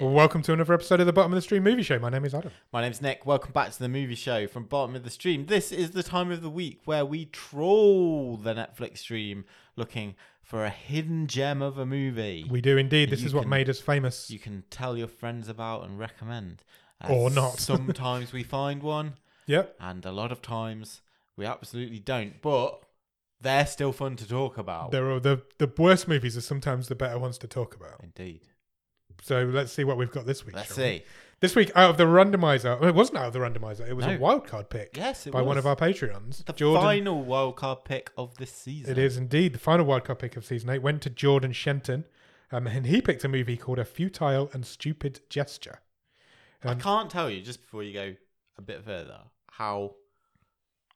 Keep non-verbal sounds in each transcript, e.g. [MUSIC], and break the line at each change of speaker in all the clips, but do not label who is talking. welcome to another episode of the Bottom of the Stream Movie Show. My name is Adam.
My name's Nick. Welcome back to the movie show from Bottom of the Stream. This is the time of the week where we troll the Netflix stream looking for a hidden gem of a movie
We do indeed. This
You
is what
can-
made us famous.
you can tell your friends about and recommend.
Or not. [LAUGHS]
sometimes we find one,
Yep.
and a lot of times we absolutely don't, but they're still fun to talk about.
There are the the worst movies are sometimes the better ones to talk about.
Indeed.
So let's see what we've got this week.
Let's
shall we?
see.
This week, out of the randomizer, well, it wasn't out of the randomizer. It was a
No.
wild card pick.
Yes, it
by one
was.
of our Patreons,
The
Jordan.
final wildcard pick of this season.
It is indeed the final wild card pick of season eight. Went to Jordan Shenton, um, and he picked a movie called A Futile and Stupid Gesture.
I
Um,
can't tell you just before you go a bit further how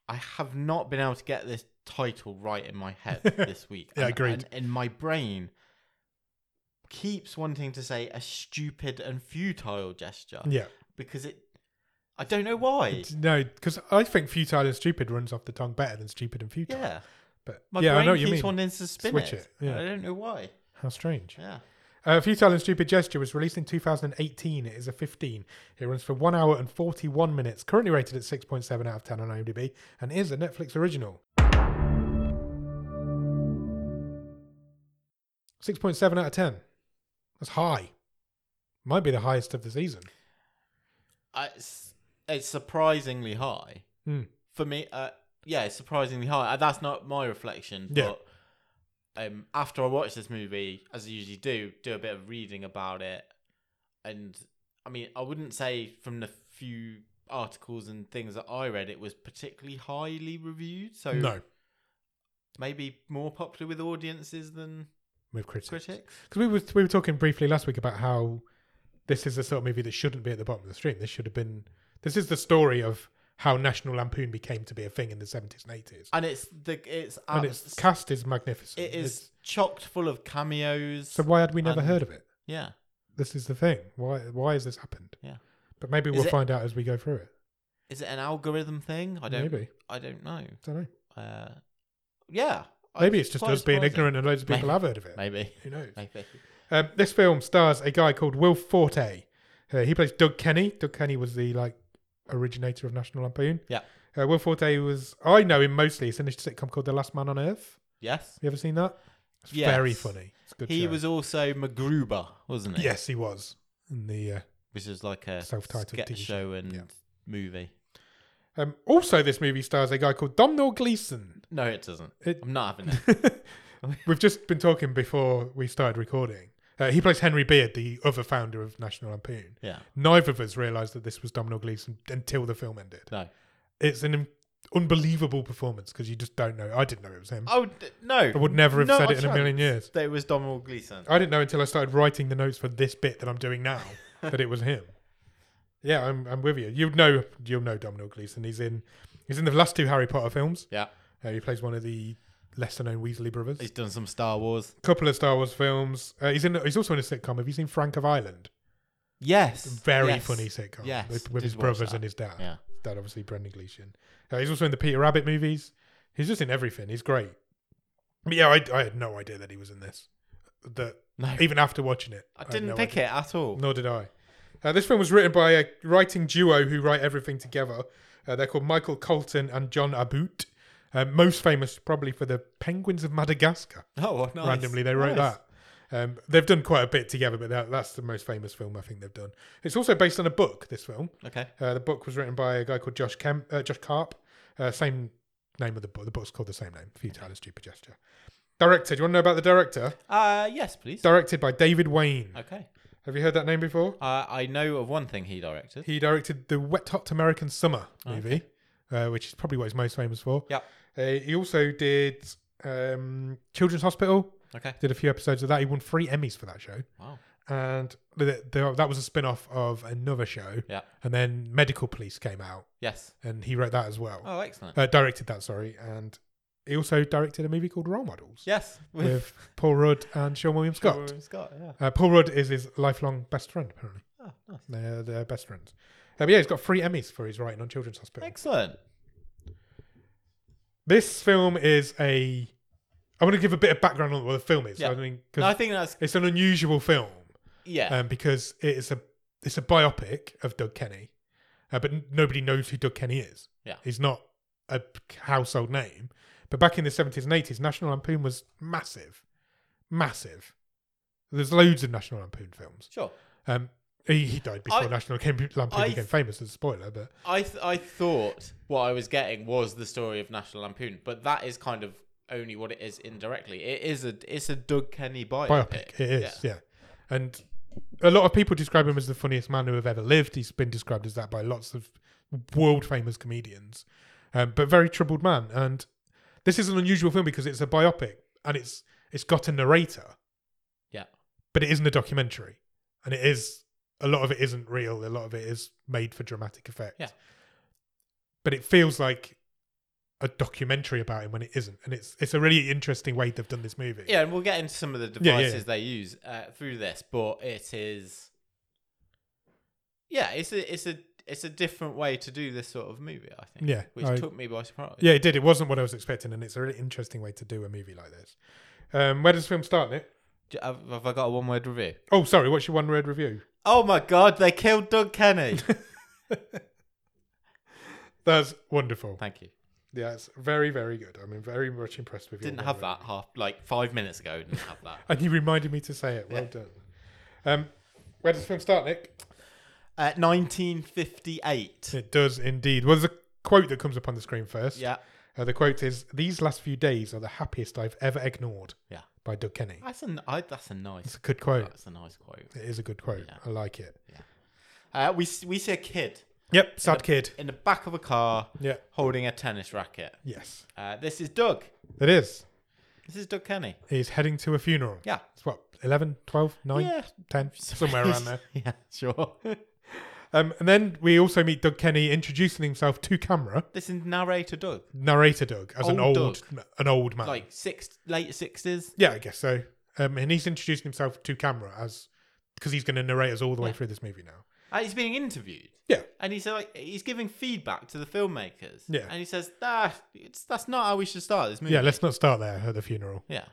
I have not been able to get this title right in my
[LAUGHS]
head this week.
Yeah,
And-
agreed.
And, and my brain keeps wanting to say a stupid and futile gesture
Yeah,
because it. I don't know why.
no, because I think futile and stupid runs off the tongue better than stupid and futile.
yeah,
but
my
yeah,
brain
I know what you
keeps
mean.
wanting to spin
Switch
it.
it, yeah.
I don't know why.
How strange.
Yeah,
Uh, Futile and Stupid Gesture was released in 2018. It is a 15. It runs for 1 hour and 41 minutes, currently rated at 6.7 out of 10 on IMDb, and is a Netflix original. 6.7 out of 10. That's high. Might be the highest of the season.
I, uh, it's, it's surprisingly high.
Hmm.
for me, uh, yeah, it's surprisingly high. Uh, That's not my reflection,
Yeah.
but um, after I watch this movie, as I usually do, do a bit of reading about it, and I mean, I wouldn't say from the few articles and things that I read, it was particularly highly reviewed. So
No,
maybe more popular with audiences than
with critics.
critics.
Because we were, we were talking briefly last week about how this is the sort of movie that shouldn't be at the bottom of the stream. This should have been. This is the story of how National Lampoon became to be a thing in the 70s and 80s.
And it's the Uh, it's,
and
abs-
its cast is magnificent.
it is
It's-
chocked full of cameos.
so why had we never
and-
heard of it?
yeah,
This is the thing. Why why has this happened?
Yeah.
But maybe
Is
we'll
it-
find out as we go through it.
is it an algorithm thing? I don't.
Maybe.
I don't know.
don't know.
Uh, yeah. I
Maybe it's just
quite
us being
surprising.
ignorant and loads of people
Maybe.
have heard of it.
Maybe. [LAUGHS]
Who knows?
Maybe.
Um, this film stars a guy called Will Forte. Uh, he plays Doug Kenny. Doug Kenny was the like originator of National Lampoon.
Yeah.
Uh, Will Forte was I know him mostly. It's in a sitcom called The Last Man on Earth.
Yes.
Have you ever seen that? It's
Yes.
very funny. It's a good.
He
show.
was also MacGruber, wasn't he?
Yes, he was. In the uh,
Which is like a
Self-titled
sketch
TV show,
show and
yeah.
movie.
um, also this movie stars a guy called Domhnall Gleeson.
No, it doesn't.
It-
I'm not
[LAUGHS]
having it.
We've just been talking before we started recording. Uh, he plays Henry Beard, the other founder of National Lampoon.
Yeah.
Neither of us realised that this was Domhnall Gleeson until the film ended.
No.
It's an un- unbelievable performance because you just don't know. I didn't know it was him.
Oh, d- no.
I would never have
Not
said it in a
chance
million years. Oh.
That it was Donald Gleason.
I didn't know until I started writing the notes for this bit that I'm doing
[LAUGHS]
now that it was him. Yeah, I'm, I'm with you. You know, you'll know Domhnall Gleeson. He's in, he's in the last two Harry Potter films.
Yeah.
Uh, he plays one of the lesser-known Weasley brothers.
He's done some Star Wars.
couple of Star Wars films. Uh, he's in. He's also in a sitcom. Have you seen Frank of Ireland?
Yes.
Very
Yes.
funny sitcom.
Yes,
with, with
did
his
watch
brothers
that.
and his dad.
Yeah.
Dad obviously Brendan Gleeson. Uh, he's also in the Peter Rabbit movies. He's just in everything. He's great. But yeah, I, I had no idea that he was in this. That
No.
even after watching it,
I
had
didn't
no
pick
idea.
it at all.
Nor did I. Uh, this film was written by a writing duo who write everything together. Uh, they're called Michael Colton and John Aboot. Uh, most famous probably for the Penguins of Madagascar
Oh, well, nice.
randomly they wrote
Nice.
that um, they've done quite a bit together but that, that's the most famous film i think they've done it's also based on a book this film
Okay.
uh, the book was written by a guy called josh Kemp, uh, josh carp uh, same name of the book the book's called the same name futile and stupid gesture director do you want to know about the director
Uh, yes, please.
directed by david wayne
Okay.
have you heard that name before
Uh, I know of one thing he directed.
he directed the wet hot american summer movie
Oh, Okay.
uh, which is probably what he's most famous for
Yep.
uh, he also did um, children's hospital
Okay.
did a few episodes of that he won three emmys for that show
Wow.
and th th that was a spin-off of another show
Yeah.
and then medical police came out
Yes.
and he wrote that as well
Oh,
[LAUGHS]
excellent.
uh, directed that sorry and he also directed a movie called role models
[LAUGHS] Yes,
with paul rudd and sean william scott
William Scott, yeah.
uh, paul rudd is his lifelong best friend apparently
Oh, nice.
they're, they're best friends uh, but yeah he's got three emmys for his writing on children's hospital
Excellent.
this film is a i want to give a bit of background on what the film is
Yeah.
i mean
No, I
'cause
think that's
it's an unusual film
yeah.
um, because it is a it's a biopic of Doug Kenny, uh, but n- nobody knows who Doug Kenny is.
Yeah.
he's not a p- household name. But back in the seventies and eighties, National Lampoon was massive, massive. There's loads of National Lampoon films.
Sure.
Um, he, he died before
I-
National Lampoon Lampoon
I-
became famous. As a spoiler, but
I th- I thought what I was getting was the story of National Lampoon, but that is kind of only what it is indirectly. It is a it's a Doug Kenny biopic.
biopic. It is, yeah. And a lot of people describe him as the funniest man who have ever lived. He's been described as that by lots of world famous comedians, um, but very troubled man. And this is an unusual film because it's a biopic and it's it's got a narrator,
Yeah.
but it isn't a documentary, and it is a lot of it isn't real. A lot of it is made for dramatic effect.
Yeah.
But it feels like a documentary about him when it isn't, and it's it's a really interesting way they've done this movie.
Yeah, and we'll get into some of the
Yeah, yeah,
devices they use uh, through this, but it is, yeah, it's a it's a it's a different way to do this sort of movie. I think.
Yeah,
which
I-
took me by surprise.
Yeah, it did. It wasn't what I was expecting, and it's a really interesting way to do a movie like this. Um, where does the film start, Nick?
Do- Have, have I got a one word review?
Oh, sorry. What's your one word review?
Oh my god, they killed
[LAUGHS]
Doug Kenny.
That's wonderful.
Thank you.
Yeah, it's very, very good. I'm very much impressed with you.
Didn't have that half like five minutes ago. Didn't have
[LAUGHS]
that.
And you reminded me to say it. Well
Yeah.
done. Um, where does the film start, Nick?
Uh, 1958.
It does indeed. Well, there's a quote that comes up on the screen first.
Yeah,
Uh, the quote is These last few days are the happiest I've ever ignored.
Yeah.
By Doug Kenny.
that's a n I that's a nice
It's a good quote.
that's a nice quote.
It is a good quote.
Yeah.
I like it.
Uh, we s- we see a kid
Yep. Sad kid.
in the back of a car
Yeah.
holding a tennis racket.
Yes.
Uh, this is Doug.
It is.
This is Doug Kenny.
He's heading to a funeral.
Yeah.
It's what, 11, 12, 9,
Yeah. [LAUGHS]
10, somewhere around there.
yeah, sure.
Um, and then we also meet Doug Kenny introducing himself to camera,
this is narrator Doug,
narrator Doug, as an
Old
old an old man.
like six late sixties.
yeah, I guess so. Um, and he's introducing himself to camera as because he's going to narrate us all the way through this movie now.
Uh, he's being interviewed,
Yeah,
and he's like he's giving feedback to the filmmakers.
Yeah.
and he says, "Nah, it's, that's not how we should start this movie."
yeah. Let's not start there at the funeral.
yeah.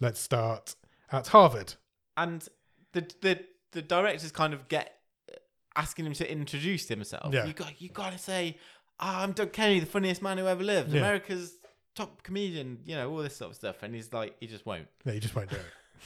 Let's start at Harvard.
And the the the directors kind of get uh, asking him to introduce himself.
Yeah.
you got you got to say, "Ah, "I'm Doug Kenny, the funniest man who ever lived,
Yeah.
America's top comedian," you know, all this sort of stuff. And he's like, he just won't.
No, he just won't do it. [LAUGHS]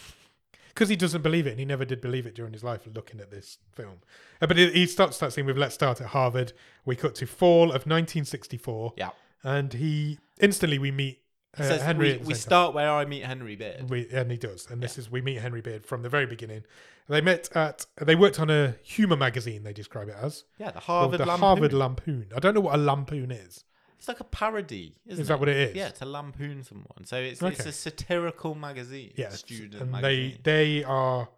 Because he doesn't believe it, and he never did believe it during his life looking at this film. Uh, but he- he starts that scene with Let's Start at Harvard. We cut to fall of 1964.
Yeah.
And he instantly we meet uh,
He says,
Henry. at
"We,
the
we
same
start where I meet Henry Beard."
time. We, and he does. And this is, we meet Henry Beard from the very beginning. They met at, they worked on a humor magazine, they describe it as.
Yeah, the
called
Harvard
the
Lampoon.
Harvard Lampoon. I don't know what a lampoon is.
It's like a parody, isn't
Is that
it?
what it is?
Yeah, to lampoon someone. So it's it's
Okay.
a satirical magazine.
Yeah.
student
and
magazine.
they they are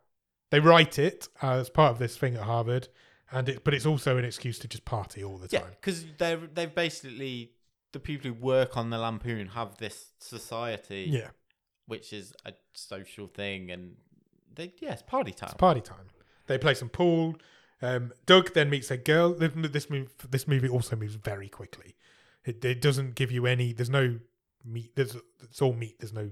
they write it as part of this thing at Harvard, and it but it's also an excuse to just party all the
yeah,
time.
because they they've basically the people who work on the lampoon have this society,
Yeah,
which is a social thing, and they yeah, it's party time.
it's party time. They play some pool. Um, Doug then meets a girl. Th- This move, this movie also moves very quickly. It, it doesn't give you any. There's no meat. There's it's all meat. There's no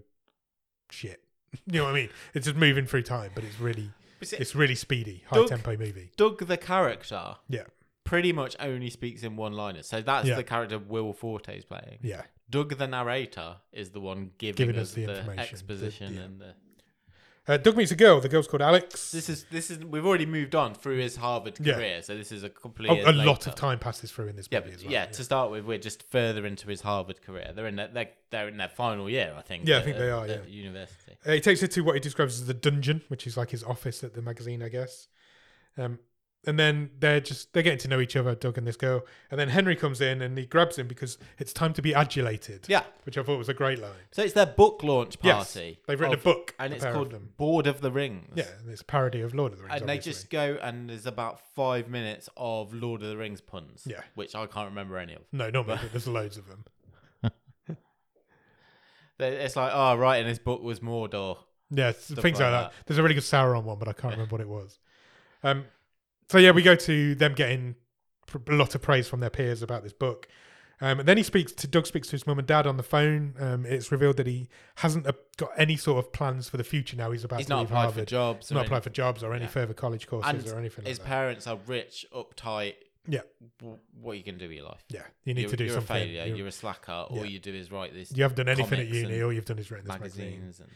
shit. [LAUGHS] You know what I mean? It's just moving through time, but it's really
But it's-
it's really speedy, high
Doug-
tempo movie.
Doug the character
Yeah,
pretty much only speaks in one liner. So that's
Yeah.
the character Will Forte's playing.
yeah.
Doug the narrator is the one giving,
Giving
us,
us the
the,
information, the-
exposition
yeah.
and the
Uh, Doug meets a girl. The girl's called Alex.
This is this is we've already moved on through his Harvard
Yeah.
career, so this is a couple
Oh,
of
a
years
lot
later.
of time passes through in this
Yeah,
movie
but-
as well.
yeah, To start with, we're just further into his Harvard career. They're in their they're, they're in their final year, I think.
Yeah, I think they are,
at
yeah.
university.
Uh, He takes her to what he describes as the dungeon, which is like his office at the magazine, I guess. Um, and then they're just they're getting to know each other, Doug and this girl. And then Henry comes in and he grabs him because it's time to be adulated.
Yeah.
which I thought was a great line.
So it's their book launch
Yes,
party.
they've written a
of-
book,
and
the
it's
pair of
called
them.
Board of the Rings.
Yeah, and it's a parody of Lord of the Rings.
And they
obviously.
just go, and there's about five minutes of Lord of the Rings puns.
Yeah.
which I can't remember any of.
no,
[LAUGHS]
not many, but there's loads of them.
They- It's like, oh, right, and his book was Mordor.
Yeah, s- things like
like
that. There's a really good Sauron one, but I can't remember what it was. Um, so yeah, we go to them getting pr- a lot of praise from their peers about this book, Um, and then he speaks to Doug speaks to his mum and dad on the phone. Um, it's revealed that he hasn't uh, got any sort of plans for the future now. He's about
He's
to
not
leave
applied
Harvard.
for jobs.
not
or
applied for jobs or any
Yeah.
further college courses
And
or anything
His
like that.
parents are rich, uptight.
Yeah.
W- What are you going to do with your life?
yeah, you need
you're,
to do
you're
something.
a failure.
You-
You're, a slacker.
Yeah.
All you do is write this
you haven't done anything at
comics
uni.
and
All you've done is written this magazine.
magazines. And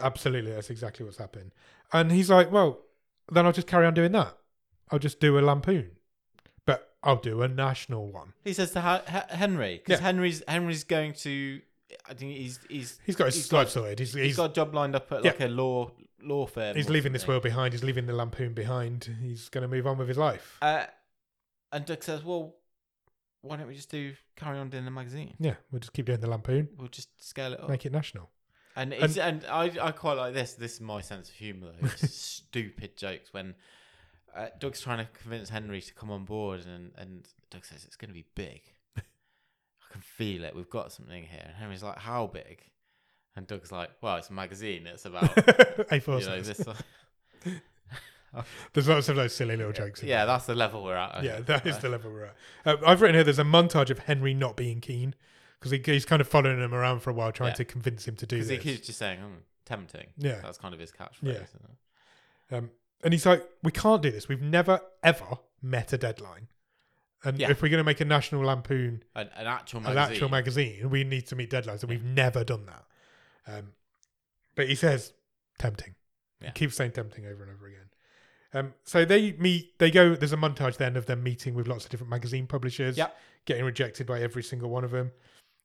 Absolutely, that's exactly what's happened. And he's like, well, then I'll just carry on doing that. I'll just do a lampoon, but I'll do a national one.
he says to ha- H- Henry because
Yeah.
Henry's Henry's going to. I think he's he's
He's got his
He's
life sorted. He's he's,
he's got a job lined up at
Yeah.
like a law law firm.
he's
or
leaving this
something.
world behind. He's leaving the lampoon behind. He's going to move on with his life.
Uh, and Doug says, "Well, why don't we just do carry on doing the magazine?
yeah, we'll just keep doing the lampoon,
We'll just scale it up."
make it
[LAUGHS]
national.
And it's, and, I, I quite like this. This is my sense of humour. though.
[LAUGHS]
It's stupid jokes when uh, Doug's trying to convince Henry to come on board, and and Doug says it's going to be big.
[LAUGHS]
I can feel it. We've got something here. And Henry's like, "How big?" And Doug's like, "Well, it's a magazine. It's
[LAUGHS]
about
A4
you know
size. [LAUGHS]
this."
There's lots of those silly little jokes. In
yeah, that's the level we're at.
there.
okay. [LAUGHS]
yeah, that is
Right.
the level we're at. Uh, I've written here. There's a montage of Henry not being keen because he, he's kind of following him around for a while, trying
Yeah.
to convince him to do
Because
this.
he keeps just saying, "Hmm, tempting.
Yeah.
That's kind of his catchphrase.
Yeah.
Isn't it?
Um, and he's like, we can't do this. We've never ever met a deadline. And
Yeah.
if we're going to make a national lampoon,
An, an actual
an
magazine.
actual magazine, we need to meet deadlines, and we've never done that. Um, but he says, tempting.
Yeah.
He keeps saying tempting over and over again. Um, so they meet. They go. There's a montage then of them meeting with lots of different magazine publishers.
Yep.
Getting rejected by every single one of them.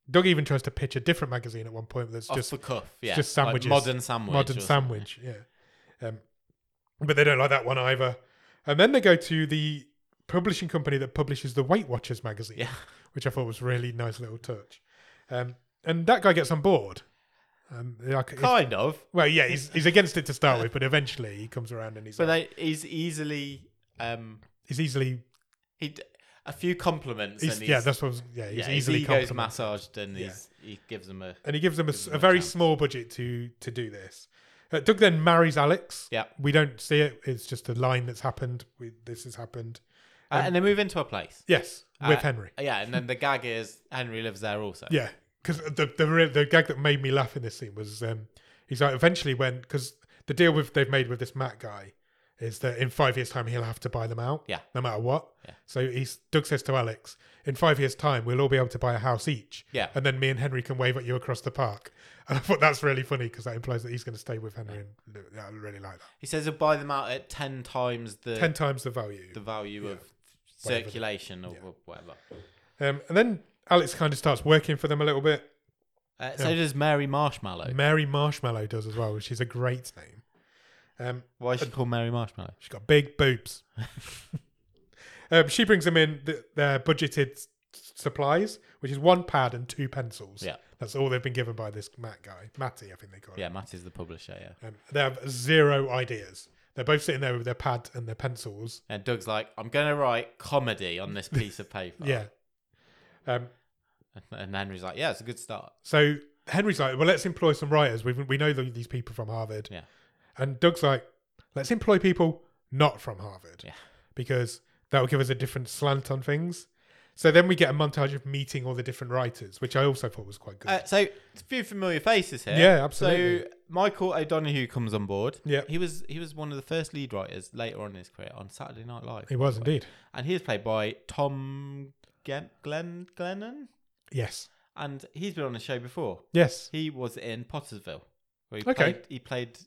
Doug even tries to pitch a different magazine at one point that's
Off
just
the cuff. Yeah.
just
like
sandwiches.
modern sandwich.
modern
or something.
sandwich. Yeah, um, but they don't like that one either. And then they go to the publishing company that publishes the Weight Watchers magazine,
Yeah.
which I thought was a really nice little touch. Um, and that guy gets on board. Um, like, it's-
Kind of.
well, yeah, he's, he's against it to start with, but eventually he comes around and he's
But
like,
they, he's easily um
he's easily
he d- a few compliments
he's,
and he's,
yeah that's what I was, yeah he's
yeah, his
easily
ego's
complimented.
massaged and he's, he gives them a
and he gives them a,
Gives
s-
them
a
a
very
chance.
small budget to to do this. Uh, Doug then marries Alex.
Yeah.
we don't see it. It's just a line that's happened. We, this has happened.
uh, and they move into a place.
Yes, with
Uh,
Henry.
Yeah, and then the gag is Henry lives there also.
Yeah, because the the real, the gag that made me laugh in this scene was um, he's like eventually when because the deal with they've made with this Matt guy is that in five years' time he'll have to buy them out.
Yeah.
no matter what.
Yeah.
So he's Doug says to Alex, in five years' time we'll all be able to buy a house each.
Yeah.
and then me and Henry can wave at you across the park. [LAUGHS] And I thought that's really funny because that implies that he's going to stay with Henry. And yeah, I really like that.
He says he'll buy them out at ten times the
Ten times the value.
the value
Yeah.
of
Whatever the-
circulation or
yeah.
whatever.
Um, and then Alex kind of starts working for them a little bit.
Uh, so does Mary Marshmallow.
Mary Marshmallow does as well, which is a great name. Um,
Why is she called Mary Marshmallow?
She's got big
[LAUGHS]
boobs. um, she brings them in th- their budgeted s- supplies, which is one pad and two pencils.
Yeah.
That's all they've been given by this Matt guy. Matty, I think they call him.
Yeah, Matt is the publisher, yeah.
Um, they have zero ideas. They're both sitting there with their pad and their pencils.
And Doug's like, I'm gonna write comedy on this piece of
[LAUGHS]
paper.
Yeah. Um,
And Henry's like, Yeah, it's a good start.
so Henry's like, well, let's employ some writers. We've, we know th- these people from Harvard.
Yeah.
And Doug's like, let's employ people not from Harvard.
Yeah.
Because that will give us a different slant on things. So then we get a montage of meeting all the different writers, which I also thought was quite good.
Uh, so it's a few familiar faces here.
Yeah, absolutely.
So Michael O'Donoghue comes on board.
Yeah.
he was he was one of the first lead writers later on in his career on Saturday Night Live,
he was indeed.
and he was played by Tom Gen- Glenn Glennon,
Yes.
and he's been on the show before.
Yes.
He was in Pottersville. Where he
Okay.
Played, he played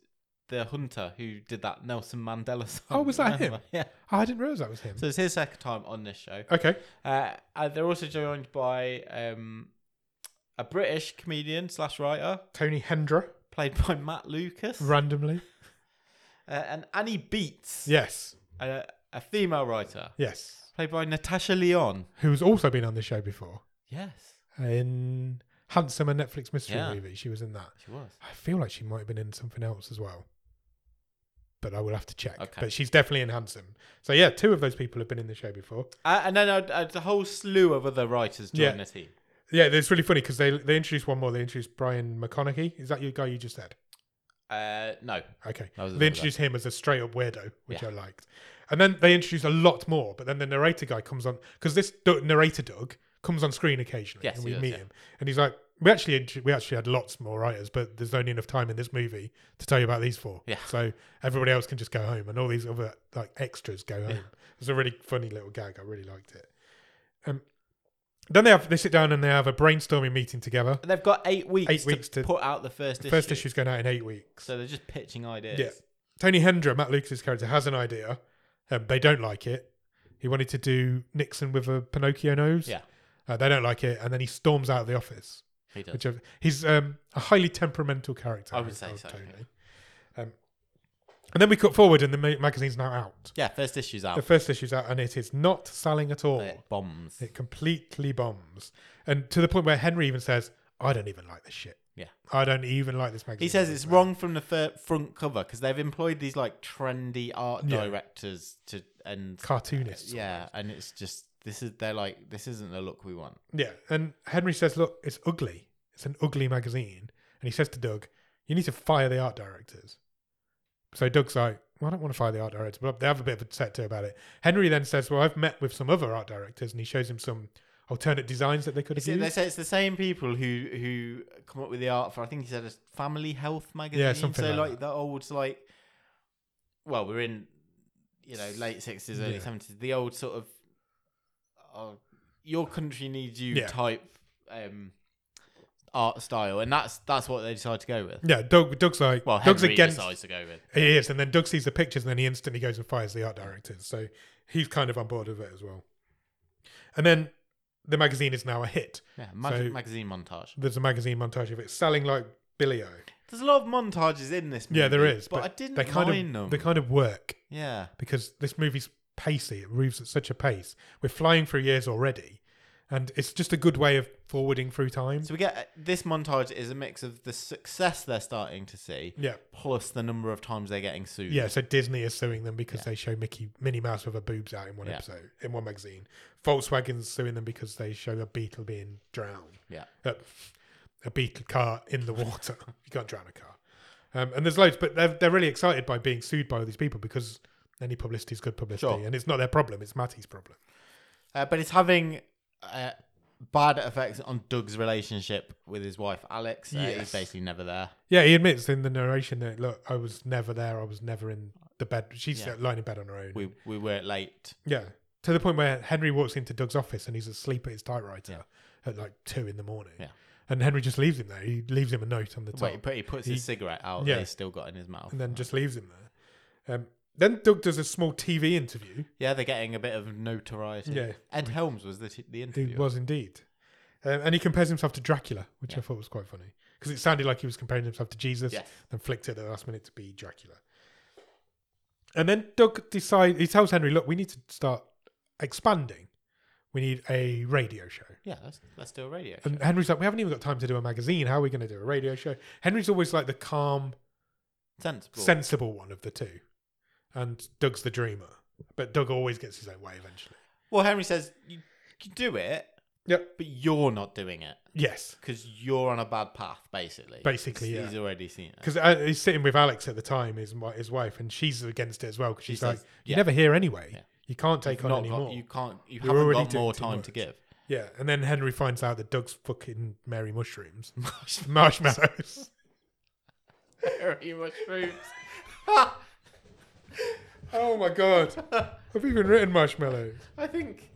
the hunter who did that Nelson Mandela song.
Oh, was that him?
Remember? [LAUGHS] Yeah.
Oh, I didn't realize that was him.
So it's his second time on this show.
okay.
Uh, and they're also joined by um, a British comedian slash writer
Tony Hendra,
played by [LAUGHS] Matt Lucas,
randomly.
uh, and Annie Beats,
Yes.
a, a female writer
Yes.
played by Natasha Leon.
Who's also been on the show before
Yes,
in Handsome, a Netflix mystery
Yeah.
movie. She was in that.
she was.
I feel like she might have been in something else as well, but I will have to check.
Okay.
But she's definitely in Handsome. So yeah, two of those people have been in the show before.
Uh, and then a, a whole slew of other writers join
Yeah.
the team.
Yeah, it's really funny because they they introduced one more. They introduced Brian McConaughey. Is that your guy you just said?
Uh, no,
Okay.
That was
They
another guy.
introduced him as a straight up weirdo, which
Yeah.
I liked. And then they introduced a lot more. But then the narrator guy comes on because this du- narrator Doug comes on screen occasionally,
Yes,
and
he
we
does,
meet
yeah.
him, and he's like, "We actually int- we actually had lots more writers, but there's only enough time in this movie to tell you about these four.
Yeah.
So everybody else can just go home, and all these other like extras go home. It's a really funny little gag. I really liked it. Um, then they have they sit down and they have a brainstorming meeting together.
And they've got eight weeks,
Eight weeks to-
put out the first issue.
First issue's going out in eight weeks.
So they're just pitching ideas.
Yeah. Tony Hendra, Matt Lucas's character, has an idea. Um, they don't like it. He wanted to do Nixon with a Pinocchio nose.
Yeah.
Uh, they don't like it, and then he storms out of the office.
He does.
Which I've- he's um, a highly temperamental character.
I would
as
say
well,
so,
Um, and then we cut forward, and the ma- magazine's now out.
yeah, first issue's out.
The first issue's out, and it is not selling at all.
It bombs.
It completely bombs, and to the point where Henry even says, "I don't even like this shit.
Yeah.
I don't even like this magazine."
He says it's wrong from the fir- front cover because they've employed these like trendy art
Yeah.
directors to and
Cartoonists.
yeah, and it's just this is they're like this isn't the look we want.
Yeah, and Henry says, "Look, it's ugly. It's an ugly magazine." And he says to Doug, "You need to fire the art directors." So Doug's like, "Well, I don't want to fire the art directors," but they have a bit of a set to about it. Henry then says, "Well, I've met with some other art directors," and he shows him some alternate designs that they could have
Is it-
used.
they say it's the same people who who come up with the art for I think he said a family health magazine.
something
so
like
like the old like well, we're in you know, late sixties, early
Yeah.
seventies, the old sort of uh, your country needs you
Yeah.
type um art style and that's that's what they decide to go with.
yeah, Doug. Doug's like,
Well,
Doug's
Henry
Mm. against.
decides to go with.
He is, and then Doug sees the pictures, and then he instantly goes and fires the art directors. So he's kind of on board with it as well. And then the magazine is now a hit.
Yeah, mag-
So-
magazine montage.
There's a magazine montage of it selling like billy-o.
There's a lot of montages in this movie.
Yeah, there is.
But, I didn't
they kind
mind
of
them.
they kind of work
yeah.
because this movie's pacey. It moves at such a pace. We're flying through years already, and it's just a good way of forwarding through time.
So we get uh, this montage is a mix of the success they're starting to see
yeah,
plus the number of times they're getting sued.
yeah. So Disney is suing them because
Yeah.
they show Mickey Minnie Mouse with her boobs out in one
Yeah.
episode in one magazine. Volkswagen's suing them because they show a beetle being drowned.
Yeah.
a, a beetle car in the water. [LAUGHS] you can't drown a car. Um, and there's loads, but they're, they're really excited by being sued by all these people because any publicity is good publicity.
Sure.
And it's not their problem, it's Matty's problem.
Uh, but it's having uh, bad effects on Doug's relationship with his wife, Alex. Uh,
Yes.
He's basically never there.
Yeah, he admits in the narration that, look, I was never there. I was never in the bed. She's
Yeah.
lying in bed on her own.
We, we were late.
yeah. To the point where Henry walks into Doug's office and he's asleep at his typewriter at like two in the morning.
Yeah.
And Henry just leaves him there. He leaves him a note on the top.
Wait, he put- he puts
He-
his cigarette out
Yeah.
that he's still got in his mouth.
and then just leaves him there. Um, then Doug does a small TV interview.
yeah, they're getting a bit of notoriety.
Yeah.
Ed Helms was the, t- the
He
interviewer.
was indeed. Um, and he compares himself to Dracula, which I
Yeah.
thought was quite funny because it sounded like he was comparing himself to Jesus
Yes.
and flicked it at the last minute to be Dracula. And then Doug decides, he tells Henry, look, we need to start expanding. We need a radio show.
Yeah, let's, let's do a radio. show.
And Henry's like, we haven't even got time to do a magazine. How are we going to do a radio show? Henry's always like the calm,
Sensible.
sensible one of the two. And Doug's the dreamer. But Doug always gets his own way eventually.
Well, Henry says you can do it,
Yep.
but you're not doing it
Yes.
because you're on a bad path, basically.
Basically,
He's-
yeah.
he's already seen it.
because uh, he's sitting with Alex at the time, his wi- his wife, and she's against it as well because
She
she's
says-
like, "You
yeah.
never hear anyway.
Yeah.
You can't take
You've
on
not
anymore."
got, you can't. You
You're
haven't
already
got
doing
more
too
time
much.
to give. [LAUGHS]
Yeah, and then Henry finds out that Doug's fucking Mary
[LAUGHS]
mushrooms, [LAUGHS] marshmallows.
Very much fruits.
oh my god, [LAUGHS] I've even written marshmallows. [LAUGHS]
I think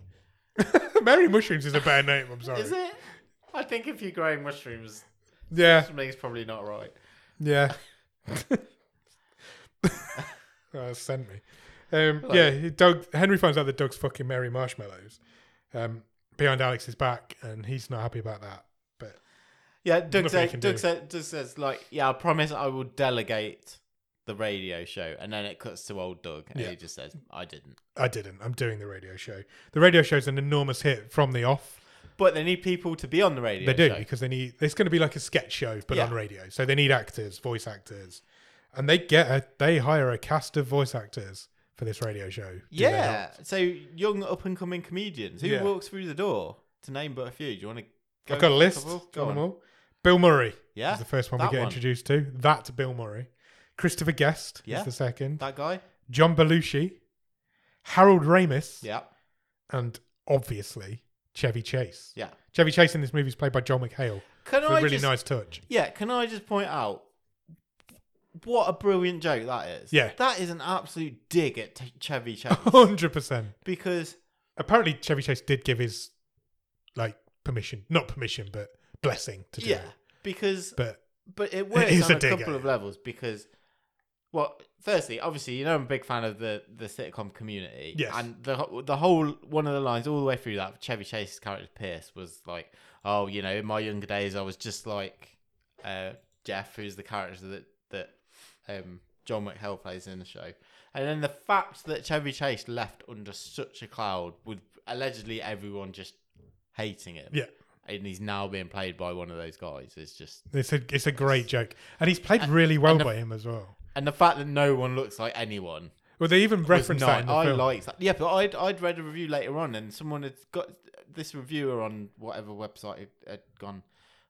Mary mushrooms is a bad name. I'm sorry.
is it. I think if you're growing mushrooms,
Yeah,
something's probably not right. [LAUGHS]
yeah. [LAUGHS] oh, send me. Um, yeah, he- Doug. Henry finds out that Doug's fucking Mary marshmallows um, behind Alex's back, and he's not happy about that. But
Yeah,
Nothing
Doug,
you
say,
can do.
Doug, say, Doug says like, yeah, I promise I will delegate the radio show, and then it cuts to old Doug, and
Yeah.
he just says, I didn't.
I didn't. I'm doing the radio show. The radio show's an enormous hit from the off.
But they need people to be on the radio.
They do
show.
because they need. It's going to be like a sketch show, but
Yeah.
on radio. So they need actors, voice actors, and they get a, they hire a cast of voice actors for this radio show. Do they
Yeah.
not?
So young up and coming comedians. Who
Yeah.
walks through the door? To name but a few. Do you want to go?
I've got a
for
list.
couple?
Got
Go
them
on.
all. Bill Murray
Yeah.
is the first one we
that
get
one.
introduced to. That Bill Murray, Christopher Guest
Yeah.
is the second.
That guy?
John Belushi, Harold Ramis,
Yeah.
and obviously Chevy Chase.
Yeah.
Chevy Chase in this movie is played by John McHale.
Can
It's
I
a really
just,
nice touch. [LAUGHS]
Yeah, can I just point out what a brilliant joke that is?
Yeah.
That is an absolute dig at t- Chevy
[LAUGHS]
Chase
Hundred percent. [LAUGHS]
because
Apparently, Chevy Chase did give his like permission, not permission, but blessing to do
yeah,
it.
because
But [LAUGHS]
but it works
is
on
a
a,
dig at
couple
it.
of levels because well, firstly, obviously, you know I'm a big fan of the the sitcom community.
Yes.
And the ho- the whole one of the lines all the way through that Chevy Chase's character Pierce was like, "Oh, you know, in my younger days, I was just like uh, Jeff, who's the character that that um, John McHale plays in the show." And then the fact that Chevy Chase left under such a cloud with allegedly everyone just hating him.
Yeah.
And he's now being played by one of those guys is just
it's a it's a great joke, and he's played really well
and the-
by him as well.
And the fact that no one looks like anyone
Well, they even
was
reference that
not.
in the
I
film.
liked that. Yeah, but I'd I'd read a review later on, and someone had got this reviewer on whatever website had, had gone.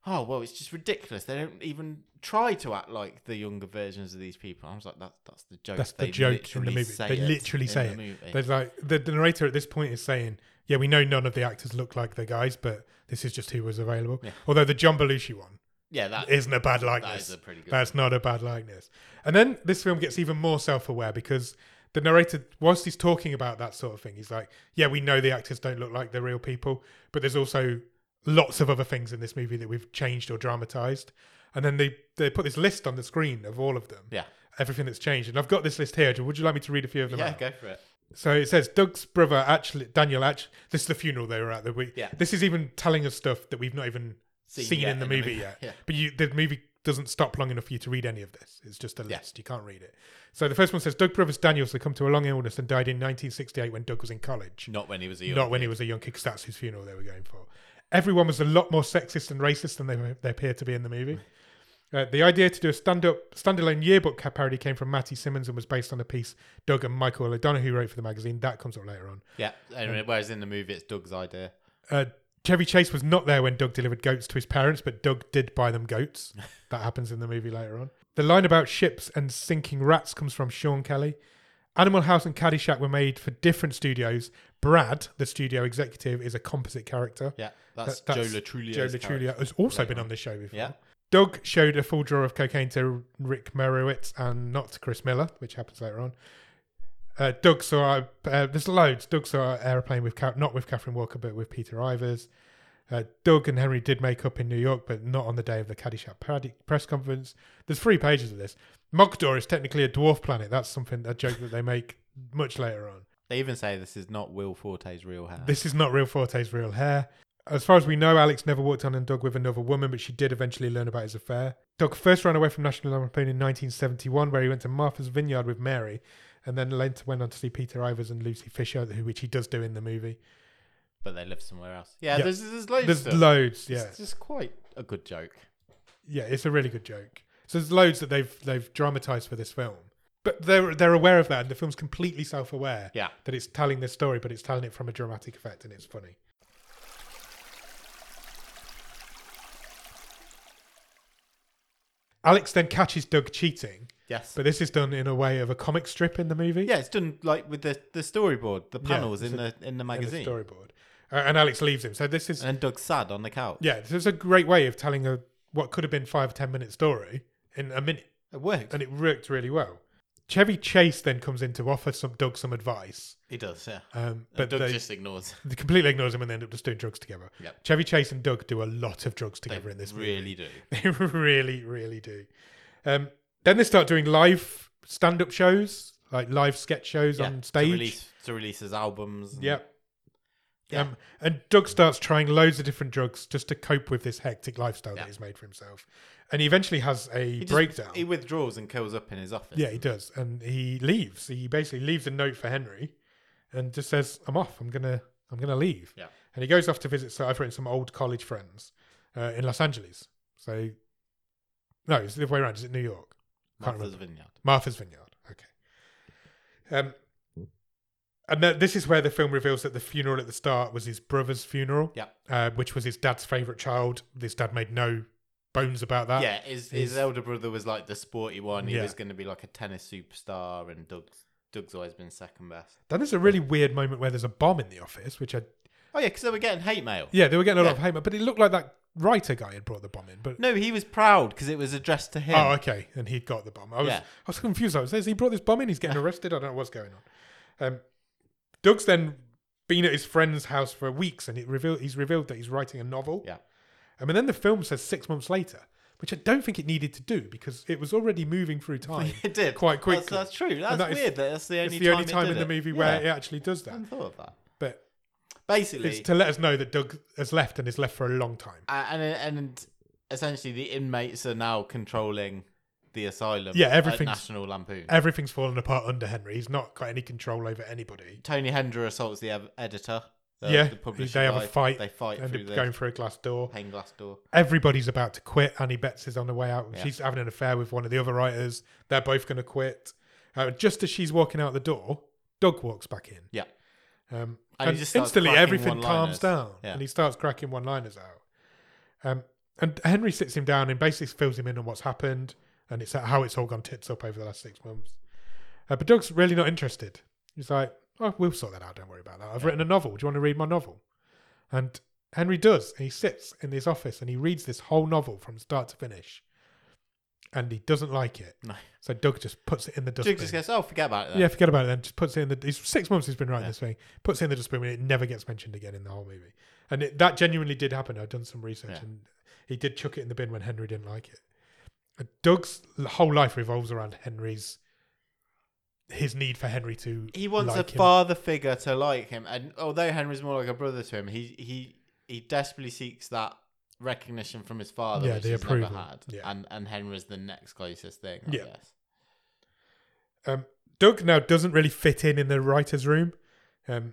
Oh well, it's just ridiculous. They don't even try to act like the younger versions of these people. I was like, that that's the joke.
That's the
They
joke in the
literally
movie.
say
They
it
literally
in
say
the
it.
movie.
There's like the, the narrator at this point is saying, "Yeah, we know none of the actors look like the guys, but this is just who was available."
Yeah.
Although the John Belushi one
yeah, that
isn't a bad
that
likeness.
is a pretty good.
That's not a bad likeness. And then this film gets even more self-aware because the narrator, whilst he's talking about that sort of thing, he's like, "Yeah, we know the actors don't look like the real people, but there's also lots of other things in this movie that we've changed or dramatized." And then they they put this list on the screen of all of them,
yeah,
everything that's changed. And I've got this list here. Would you like me to read a few of them?
yeah,
out?
go for it.
So it says Doug's brother actually Daniel actually this is the funeral they were at. That we
Yeah.
this is even telling us stuff that we've not even seen,
Seen yet
in the
in
movie yet.
[LAUGHS] Yeah.
But you the movie doesn't stop long enough for you to read any of this. It's just a
Yeah.
list. You can't read it. So the first one says Doug Brothers Daniels succumbed to a long illness and died in 1968 when Doug was in college.
Not when he was a young.
Not when he was a young kid, 'cause that's his funeral they were going for. Everyone was a lot more sexist and racist than they, they appear to be in the movie. Uh, the idea to do a stand-up standalone yearbook ca- parody came from Matty Simmons and was based on a piece Doug and Michael O'Donoghue wrote for the magazine. That comes up later on.
yeah. Anyway, whereas in the movie, it's Doug's idea.
Uh, Chevy Chase was not there when Doug delivered goats to his parents, but Doug did buy them goats. that happens in the movie later on. The line about ships and sinking rats comes from Sean Kelly. Animal House and Caddyshack were made for different studios. Brad, the studio executive, is a composite character.
Yeah, that's,
That- that's
Joe Latrulio.
Joe Latrulia has also been on this show before.
Yeah.
Doug showed a full draw of cocaine to Rick Merowitz and not to Chris Miller, which happens later on. Uh, Doug saw uh, there's loads. Doug saw an airplane with Ca- not with Catherine Walker, but with Peter Ivers. Uh, Doug and Henry did make up in New York, but not on the day of the Caddyshack pad- press conference. There's three pages of this. Mogdor is technically a dwarf planet. That's something a joke that they make much later on.
They even say this is not Will Forte's real hair.
This is not real Forte's real hair. As far as we know, Alex never walked on and dug with another woman, but she did eventually learn about his affair. Doug first ran away from National Lampoon in 1971, where he went to Martha's Vineyard with Mary, and then later went on to see Peter Ivers and Lucy Fisher, who which he does do in the movie.
but they live somewhere else. Yeah,
Yeah.
there's there's loads.
There's
of stuff.
loads, yeah,
It's just quite a good joke.
yeah. It's a really good joke. So there's loads that they've they've dramatized for this film, but they're they're aware of that, and the film's completely self-aware
Yeah.
that it's telling this story, but it's telling it from a dramatic effect, and it's funny. Alex then catches Doug cheating,
Yes.
but this is done in a way of a comic strip in the movie.
yeah, it's done like with the, the storyboard, the panels
it's
in the in the
in the
magazine,
storyboard, uh, and Alex leaves him. So this is
and then Doug's sad on the couch.
yeah, this is a great way of telling a what could have been five ten minute story in a minute,
It works.
and it worked really well. Chevy Chase then comes in to offer some Doug some advice,
He does. Yeah.
um,
But
but
Doug
they,
just ignores.
They completely ignores him and they end up just doing drugs together.
Yep.
Chevy Chase and Doug do a lot of drugs together
They
in this movie. [LAUGHS]
really do.
They really, really do. Um, then they start doing live stand up shows, like live sketch shows
Yeah,
on
To
stage.
release to release his albums. and-
Yep.
Yeah.
Um, and Doug starts trying loads of different drugs just to cope with this hectic lifestyle
Yeah.
that he's made for himself. And he eventually has a
He just-
breakdown.
He withdraws and curls up in his office.
Yeah, he does. And he leaves. He basically leaves a note for Henry and just says, I'm off. I'm gonna I'm gonna leave.
Yeah.
And he goes off to visit so I've written some old college friends uh, in Los Angeles. So no, it's the other way around, is it New York? Can't
Martha's Vineyard.
Martha's Vineyard. Okay. Um and th- this is where the film reveals that the funeral at the start was his brother's funeral,
Yeah.
uh, which was his dad's favorite child. His dad made no bones about that.
yeah, his,
Uh, he's-
his elder brother was like the sporty one. He
Yeah.
was going to be like a tennis superstar, and Doug's Doug's always been second best.
Then there's a really weird moment where there's a bomb in the office, which I
Oh yeah, because they were getting hate mail.
Yeah, they were getting a lot
Yeah.
of hate, mail, but it looked like that writer guy had brought the bomb in. But
No, he was proud because it was addressed to him.
oh,
[LAUGHS]
okay, and he got the bomb. I was
Yeah.
I was confused. I was says he brought this bomb in. He's getting arrested. I don't know what's going on. Um, Doug's then been at his friend's house for weeks, and it revealed he's revealed that he's writing a novel.
Yeah.
Um, and then the film says six months later, which I don't think it needed to do because it was already moving
[LAUGHS]
through time.
it did
quite quickly.
That's, that's true. That's
that is-
weird. that that's the only
it's the
time
only
it
time
did
in the
it.
movie
Yeah.
where it actually does
I
that.
hadn't thought of that.
But
Basically,
it's to let us know that Doug has left and is left for a long time.
a- and and essentially the inmates are now controlling the asylum.
Yeah,
at
everything's-
National Lampoon.
Everything's fallen apart under Henry. He's not got any control over anybody.
Tony Hendra assaults the ev- editor. The,
Yeah,
the publisher.
they have a
guy.
fight
They fight
End
through
up
the
going through a glass door.
pane glass door.
Everybody's about to quit. Annie Betts is on the way out.
Yeah.
She's having an affair with one of the other writers. They're both going to quit. Uh, just as she's walking out the door, Doug walks back in.
Yeah.
Um,
And
and
he just starts
instantly,
cracking
everything
one-liners.
calms down,
Yeah.
and he starts cracking one-liners out. Um, and Henry sits him down and basically fills him in on what's happened and it's how it's all gone tits up over the last six months. Uh, but Doug's really not interested. He's like, "Oh, we'll sort that out. Don't worry about that. I've written a novel. Do you want to read my novel?" And Henry does. And he sits in his office and he reads this whole novel from start to finish, and he doesn't like it.
No.
So Doug just puts it in the dustbin.
Duke just goes, oh, forget about it. Then.
Yeah, forget about it then. Just puts it in the. He's six months he's been writing this thing. Puts it in the dustbin and it never gets mentioned again in the whole movie. And it, that genuinely did happen. I've done some research
Yeah.
and he did chuck it in the bin when Henry didn't like it. And Doug's whole life revolves around Henry's. His need for Henry to.
He wants
like
a
him.
father figure to like him, and although Henry's more like a brother to him, he he he desperately seeks that recognition from his father,
Yeah,
which
the
he's never
approval.
had.
Yeah.
And and Henry's the next closest thing. I
Yeah.
guess.
Um, Doug now doesn't really fit in in the writer's room. Um,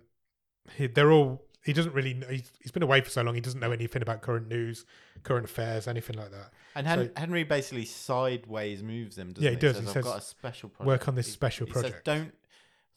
he, they're all. He doesn't really. kn- He's, he's been away for so long. He doesn't know anything about current news, current affairs, anything like that.
And Hen-
So-
Henry basically sideways moves him. Doesn't
Yeah,
he
he does.
Says,
He
I've
says,
got a special project.
Work on this
He-
special
he
project.
Says, don't.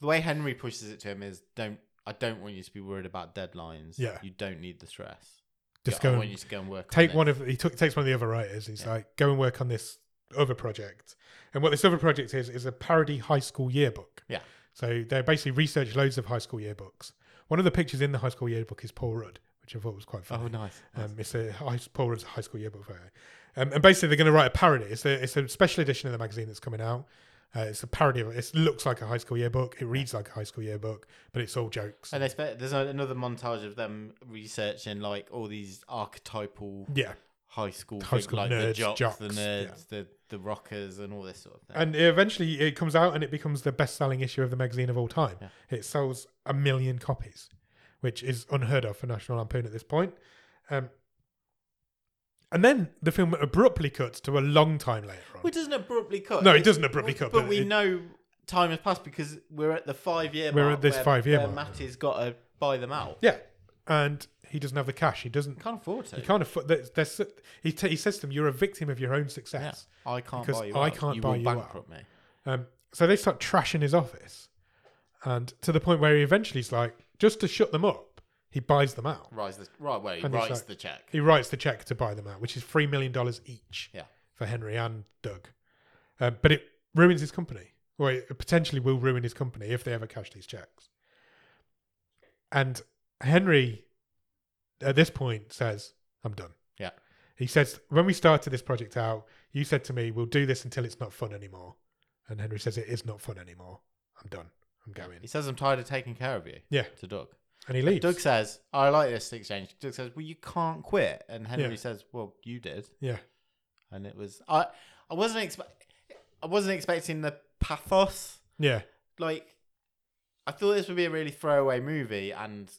The way Henry pushes it to him is don't. I don't want you to be worried about deadlines.
Yeah.
You don't need the stress.
Just
I
go
want
and
you to go and work.
take
on
one
this."
of he took, takes one of the other writers. He's
Yeah.
like, go and work on this other project. And what this other project is is a parody high school yearbook.
Yeah.
So they basically research loads of high school yearbooks. One of the pictures in the high school yearbook is Paul Rudd, which I thought was quite funny.
Oh, nice. nice.
Um, it's a high, Paul Rudd's high school yearbook photo. Um, and basically, they're going to write a parody. It's a, it's a special edition of the magazine that's coming out. Uh, it's a parody of it. It looks like a high school yearbook. It reads like a high school yearbook, but it's all jokes.
and they spe- there's a- another montage of them researching like all these archetypal
yeah.
high school,
High
thing,
school
like the
nerds,
jocks, the
jocks,
nerds,
yeah.
the, the rockers, and all this sort of thing.
And eventually, it comes out and it becomes the best-selling issue of the magazine of all time.
Yeah.
It sells a million copies, which is unheard of for National Lampoon at this point. Um, and then the film abruptly cuts to a long time later on.
Well, it doesn't abruptly cut.
No, it
It's-
doesn't abruptly
well,
cut,
But,
but
we
it-
know time has passed because we're at the five year.
We're
mark
at this
where-
five-year
where
mark.
Matty's got to buy them out.
yeah, and he doesn't have the cash. He doesn't.
Can't afford to.
He can't afford. There's, there's, he, t- he says to them, "You're a victim of your own
Yeah.
success."
I can't
Because
buy you
I
out.
can't
you
buy
will
you out.
bankrupt me.
Um, so they start trashing his office, and to the point where he eventually is like, just to shut them up, he buys them out.
Rise the right way.
And he's
Writes
like-
the check.
He writes the check to buy them out, which is three million dollars each.
Yeah.
for Henry and Doug, uh, but it ruins his company, or it potentially will ruin his company if they ever cash these checks. And Henry, at this point, says, "I'm done."
Yeah.
He says, "When we started this project out, you said to me, we'll do this until it's not fun anymore." And Henry says, "It is not fun anymore. I'm done. I'm going."
He says, "I'm tired of taking care of you."
Yeah.
To Doug.
And he leaves.
Doug says, "I like this exchange." Doug says, "Well, you can't quit," and Henry
Yeah.
says, "Well, you did."
yeah.
And it was I. I wasn't expect. I wasn't expecting the pathos
Yeah.
like I thought this would be a really throwaway movie, and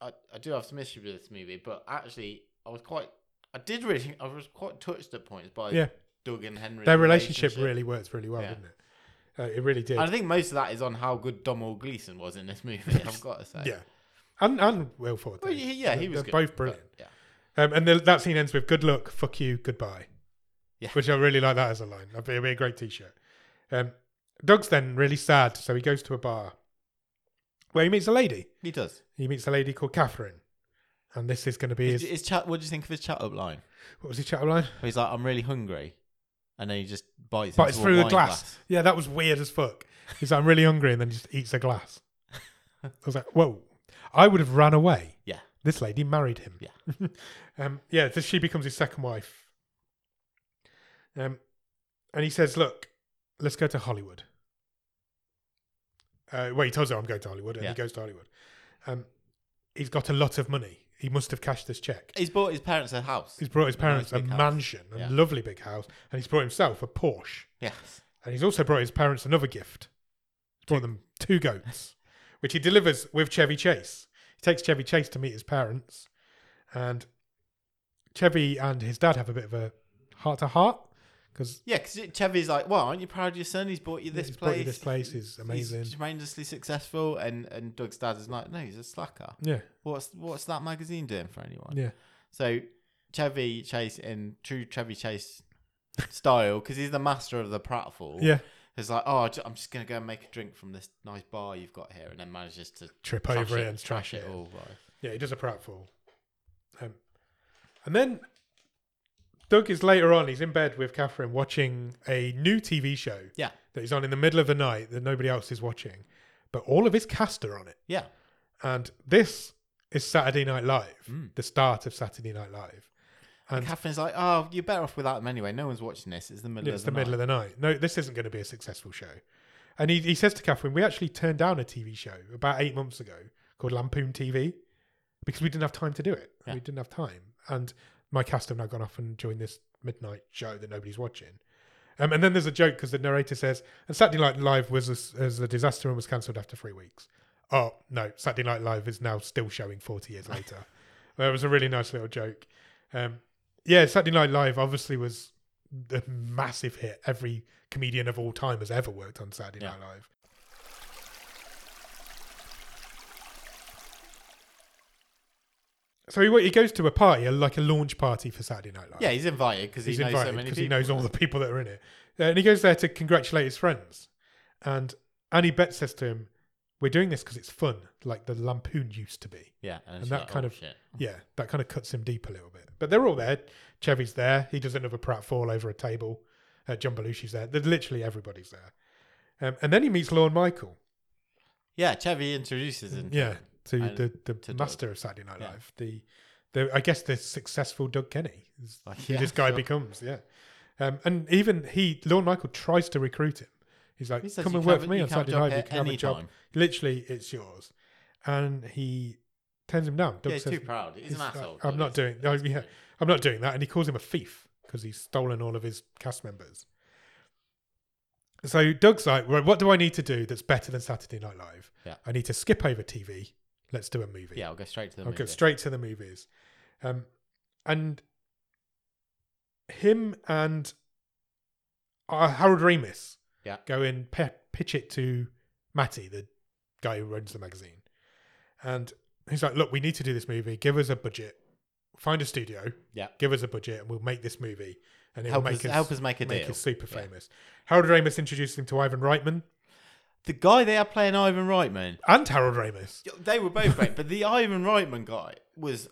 I, I do have some issues with this movie, but actually I was quite I did really I was quite touched at points by
Yeah.
Doug and Henry.
Their relationship, really works really well,
Yeah.
didn't it? Uh, it really did.
And I think most of that is on how good Domhnall Gleeson was in this movie. I've got to say.
Yeah, and and Will Ford.
Well,
though.
he- yeah, he
They're
was good,
both brilliant.
but yeah.
Um, and the, that scene ends with "Good luck, fuck you, goodbye,"
Yeah.
which I really like that as a line. It'd be, it'd be a great T-shirt. Um, Doug's then really sad, so he goes to a bar where he meets a lady.
He does.
He meets a lady called Catherine, and this is going to be
His,
his.
his chat. What do you think of his chat up line?
what was his chat line?
Where he's like, "I'm really hungry," and then he just bites.
Bites
into a
through the
wine
glass. Yeah, that was weird as fuck. He's like, "I'm
[LAUGHS]
really hungry," and then just eats a glass. I was like, "Whoa!" I would have run away.
Yeah.
This lady married him. Yeah. [LAUGHS] um, yeah, so she becomes his second wife. Um, and he says, Look, let's go to Hollywood. Uh, well, he tells her, I'm going to Hollywood, and
Yeah.
he goes to Hollywood. Um, he's got a lot of money. He must have cashed this check.
He's bought his parents a house.
He's brought his parents
nice
a
big house.
mansion, a
Yeah.
lovely big house, and he's brought himself a Porsche.
Yes.
And he's also brought his parents another gift. He's brought them two
[LAUGHS]
goats, which he delivers with Chevy Chase. He takes Chevy Chase to meet his parents, and Chevy and his dad have a bit of a heart to heart because
Yeah, because Chevy's like, well, aren't you proud of your son? He's bought you this
he's
place.
brought you this place is amazing.
He's tremendously successful, and and Doug's dad is like, no, he's a slacker.
yeah,
What's what's that magazine doing for anyone?
yeah,
So Chevy Chase in true Chevy Chase style, because he's the master of the pratfall.
yeah.
It's like, oh, I ju- I'm just gonna go and make a drink from this nice bar you've got here, and then manages to
Trip
trash
over it and
trash
trash it.
it all. Right.
Yeah, he does a pratfall. Um, and then Doug is later on, he's in bed with Catherine watching a new TV show
Yeah,
that he's on in the middle of the night that nobody else is watching, but all of his cast are on it.
yeah,
And this is Saturday Night Live, the start of Saturday Night Live.
And Catherine's like, oh, you're better off without them anyway. No one's watching this. It's the middle
it's
of
the
the,
middle of
night.
the night. No, this isn't going to be a successful show. And he, he says to Catherine, We actually turned down a TV show about eight months ago called Lampoon TV because we didn't have time to do it.
Yeah.
We didn't have time. And my cast have now gone off and joined this midnight show that nobody's watching. Um, and then there's a joke because the narrator says, And Saturday Night Live was a, s- as a disaster and was cancelled after three weeks. Oh, no, Saturday Night Live is now still showing 40 years later. that was a really nice little joke. Um, yeah, Saturday Night Live obviously was the massive hit every comedian of all time has ever worked on Saturday
Yeah.
Night Live. So he, he goes to a party, a- like a launch party for Saturday Night Live.
Yeah, he's invited because he
he's
knows
invited
so many
because
people.
he knows all the people that are in it, Uh, and he goes there to congratulate his friends. And Annie Betts says to him, "We're doing this because it's fun, like the Lampoon used to be."
yeah, and, she's
that
like,
kind
"Oh,
of-
shit.
yeah, that kind of cuts him deep a little bit. But they're all there. Chevy's there. He does another pratfall over a table. Uh, John Belushi's there. There's literally everybody's there. Um, and then he meets Lorne Michael.
Yeah, Chevy introduces him.
Yeah, to
Mm-hmm. And
the, the
to Doug.
master of Saturday Night
Yeah.
Live. The, the I guess the successful Doug Kenny. is
Like,
who
yeah,
this guy
sure.
becomes. Yeah. Um, and even he, Lorne Michael, tries to recruit him. He's like,
He says,
"Come
"You
and
can
work
have
for
a-
me
you
on
can have a
Saturday
job
Night. You
here
can have a job.
anytime."
Literally, it's yours." And he turns him down. Doug
Yeah, he's
says,
too proud. He's, an
He's like,
asshole.
I'm not
Douglas."
doing. Oh, yeah, I'm not doing that. And he calls him a thief because he's stolen all of his cast members. So Doug's like, right, what do I need to do that's better than Saturday Night Live?
Yeah.
I need to skip over TV. Let's do a movie.
Yeah, I'll go straight to the
I'll
movie.
go straight to the movies. Um, and him and uh, Harold Ramis
Yeah.
go and pe- pitch it to Matty, the guy who runs the magazine. And he's like, look, we need to do this movie. Give us a budget. Find a studio.
Yeah.
Give us a budget and we'll make this movie. And it'll
help,
make
us, help us make a
make
deal.
us super
Yeah.
famous. Harold Ramis introduced him to Ivan Reitman
The guy they are playing Ivan Reitman,
and Harold Ramis.
they were both great, but the Ivan Reitman guy was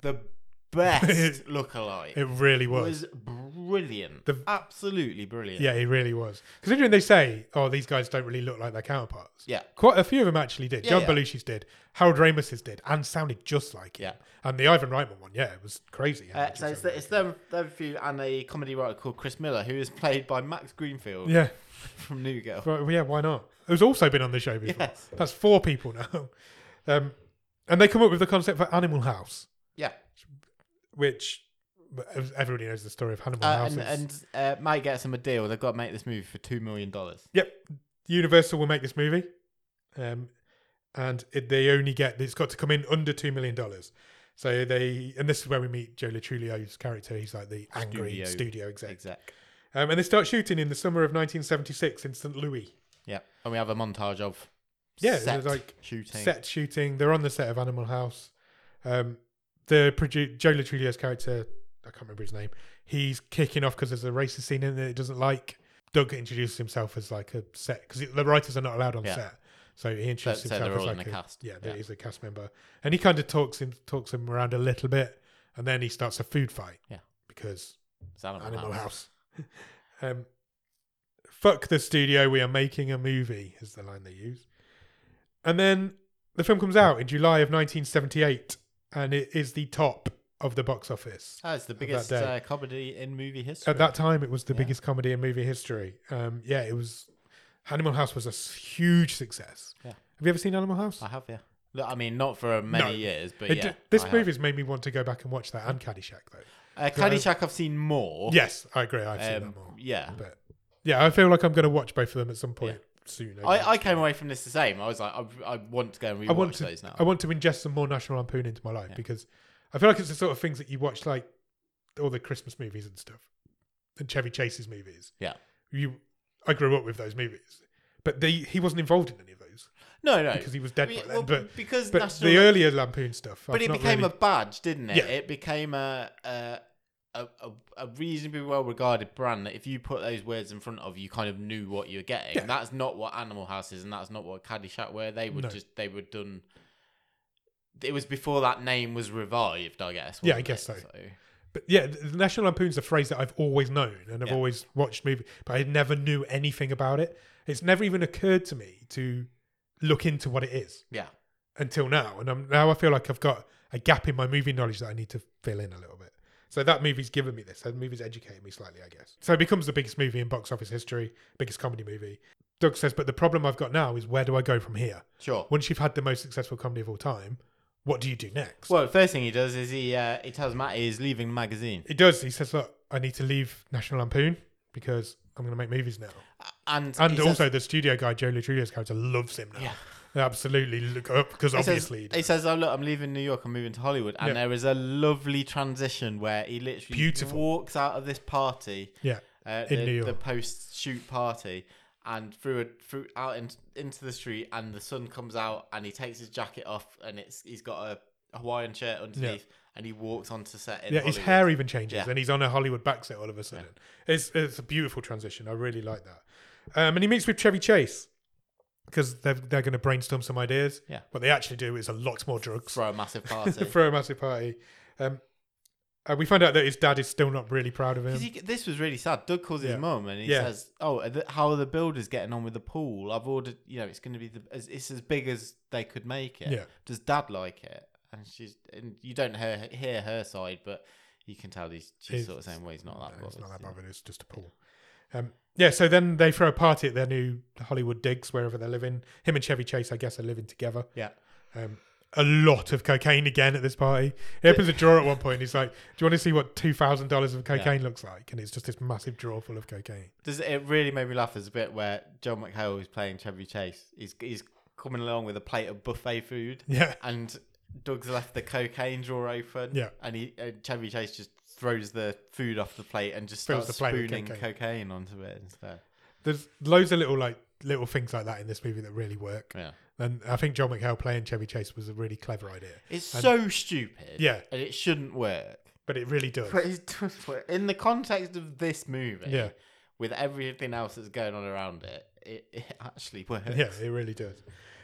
the
[LAUGHS]
best lookalike.
It really
was brilliant.
The-
Absolutely brilliant.
Yeah, he really was. Considering they say, oh, these guys don't really look like their counterparts.
Yeah.
Quite a few of them actually did.
Yeah,
John
yeah.
Belushi's did. Harold Ramis's did, and sounded just like him.
Yeah.
And the Ivan Reitman one, yeah, it was crazy. how
Uh,
much it
so it's,
sounded
the, it's them, them few and a comedy writer called Chris Miller, who is played by Max Greenfield
like him. yeah,
from New Girl.
Well, yeah, why not? Who's also been on the show before.
Yes.
That's four people now. [LAUGHS] Um, and they come up with the concept for Animal House,
Yeah,
which everybody knows the story of Animal
uh,
House.
and,
It's-
and uh, Mike gets them a deal. They've got to make this movie for two million dollars.
Yep, Universal will make this movie, um, and it, they only get it's got to come in under two million dollars. So they, and this is where we meet Joe Latrulio's character. He's like the angry studio,
Studio
exec,
Exact.
um, and they start shooting in the summer of 1976 in St. Louis.
Yeah, and we have a montage of
Yeah,
set
there's like
shooting.
Set shooting. They're on the set of Animal House. Um, the produ- Joe Latrulio's character, I can't remember his name. He's kicking off because there's a racist scene in it that he doesn't like. Doug introduces himself as like a set because the writers are not allowed on
Yeah.
set, so he introduces
So- so
himself
they're
as
all
like
in the
a,
cast.
Yeah, that
Yeah.
he's a cast member, and he kind of talks him talks him around a little bit, and then he starts a food fight.
Yeah.
because
It's Animal,
Animal
House.
House. [LAUGHS] um, fuck the studio, we are making a movie, is the line they use. And then the film comes out in July of 1978 and it is the top of the box office.
Oh, it's the biggest
day.
uh, comedy in movie history.
At that time, it was the
Yeah.
biggest comedy in movie history. Um, yeah, it was. Animal House was a s- huge success.
Yeah.
Have you ever seen Animal House?
I have, yeah. Look, I mean, not for many
No.
years, but
It
yeah.
d- this
I have.
movie's made me want to go back and watch that and Caddyshack though.
Uh, Caddyshack, I've seen more.
Yes, I agree. I've seen
Oh. Um,
that more.
yeah.
But yeah, I feel like I'm going to watch both of them at some point soon.
I, I came away from this the same. I was like, I, I want to go and rewatch
I want to
those now.
I want to ingest some more National Lampoon into my life because I feel like it's the sort of things that you watch like all the Christmas movies and stuff, and Chevy Chase's movies.
Yeah.
You, I grew up with those movies, but they, he wasn't involved in any of those
no, no.
because he was dead
We-
by then.
Oh. well,
but
because
but
National
the
Lam-
earlier Lampoon stuff,
but
I've
it
not
became
really-
a badge, didn't it?
Yeah.
It became a a, a a a reasonably well regarded brand that if you put those words in front of you, kind of knew what you were getting.
Yeah.
That's not what Animal House is, and that's not what Caddyshack were. They were
No.
just they were done. It was before that name was revived, I guess.
Yeah, I
wasn't
guess
it?
so. But yeah, the- the National Lampoon's a phrase that I've always known and I've
Yeah.
always watched movies, but I never knew anything about it. It's never even occurred to me to look into what it is
yeah,
until now. And I'm, now I feel like I've got a gap in my movie knowledge that I need to fill in a little bit. So that movie's given me this. That movie's educated me slightly, I guess. So it becomes the biggest movie in box office history, biggest comedy movie. Doug says, but the problem I've got now is where do I go from here?
sure.
Once you've had the most successful comedy of all time, what do you do next?
Well, the first thing he does is he uh, he tells Matt he's leaving the magazine,
He does. He says, "Look, I need to leave National Lampoon because I'm going to make movies now."
and
And
he says-
also, the studio guy Joe Latrulio's character loves him now.
Yeah.
They absolutely look up because
He says-
obviously he
he says, "Oh look, I'm leaving New York. I'm moving to Hollywood." And
Yeah.
there is a lovely transition where he literally
Beautiful.
walks out of this party,
does. yeah,
uh,
In
the,
New York.
the post-shoot party, and through a through out in, into the street, and the sun comes out, and he takes his jacket off, and it's he's got a Hawaiian shirt underneath, and he walks onto set. In
yeah. His
Hollywood.
hair even changes,
Yeah.
and he's on a Hollywood backset all of a sudden. It's it's a beautiful transition. I really like that. Um, and he meets with Chevy Chase because they're they're going to brainstorm some ideas.
Yeah.
What they actually do is a lot more drugs.
for
[LAUGHS]
a massive party.
Throw a massive party. Um, uh, we find out that his dad is still not really proud of him.
'Cause he- this was really sad. Doug calls
Yeah.
his mum and he
Yeah.
says, "Oh, are the, how are the builders getting on with the pool? I've ordered. You know, it's going to be the as- it's as big as they could make it.
Yeah.
Does Dad like it?" And she's and you don't hear, hear her side, but you can tell he's she's
He's-
sort of saying, "Well, he's not that."
No, it's not
bothered."
that bothered. It's just a pool. Um, yeah. So then they throw a party at their new Hollywood digs, wherever they're living. Him and Chevy Chase, I guess, are living together.
Yeah.
Um, a lot of cocaine again at this party. He opens a drawer at one point. And he's like, "Do you want to see what two thousand dollars of cocaine looks like?" And it's just this massive drawer full of cocaine.
Does it really made me laugh? There's a bit where John McHale is playing Chevy Chase. He's he's coming along with a plate of buffet food.
Yeah.
and Doug's left the cocaine drawer open.
Yeah.
and he uh, Chevy Chase just throws the food off the plate and just
Fills
starts
the plate with
spooning
cocaine.
cocaine. onto it instead.
There's loads of little like little things like that in this movie that really work.
Yeah,
And I think John McHale playing Chevy Chase was a really clever idea,
it's
And-
so stupid.
Yeah.
and it shouldn't work.
but it really does.
[LAUGHS] But it does work in the context of this movie.
Yeah.
with everything else that's going on around it, it, it actually works.
[LAUGHS] Yeah, it really does.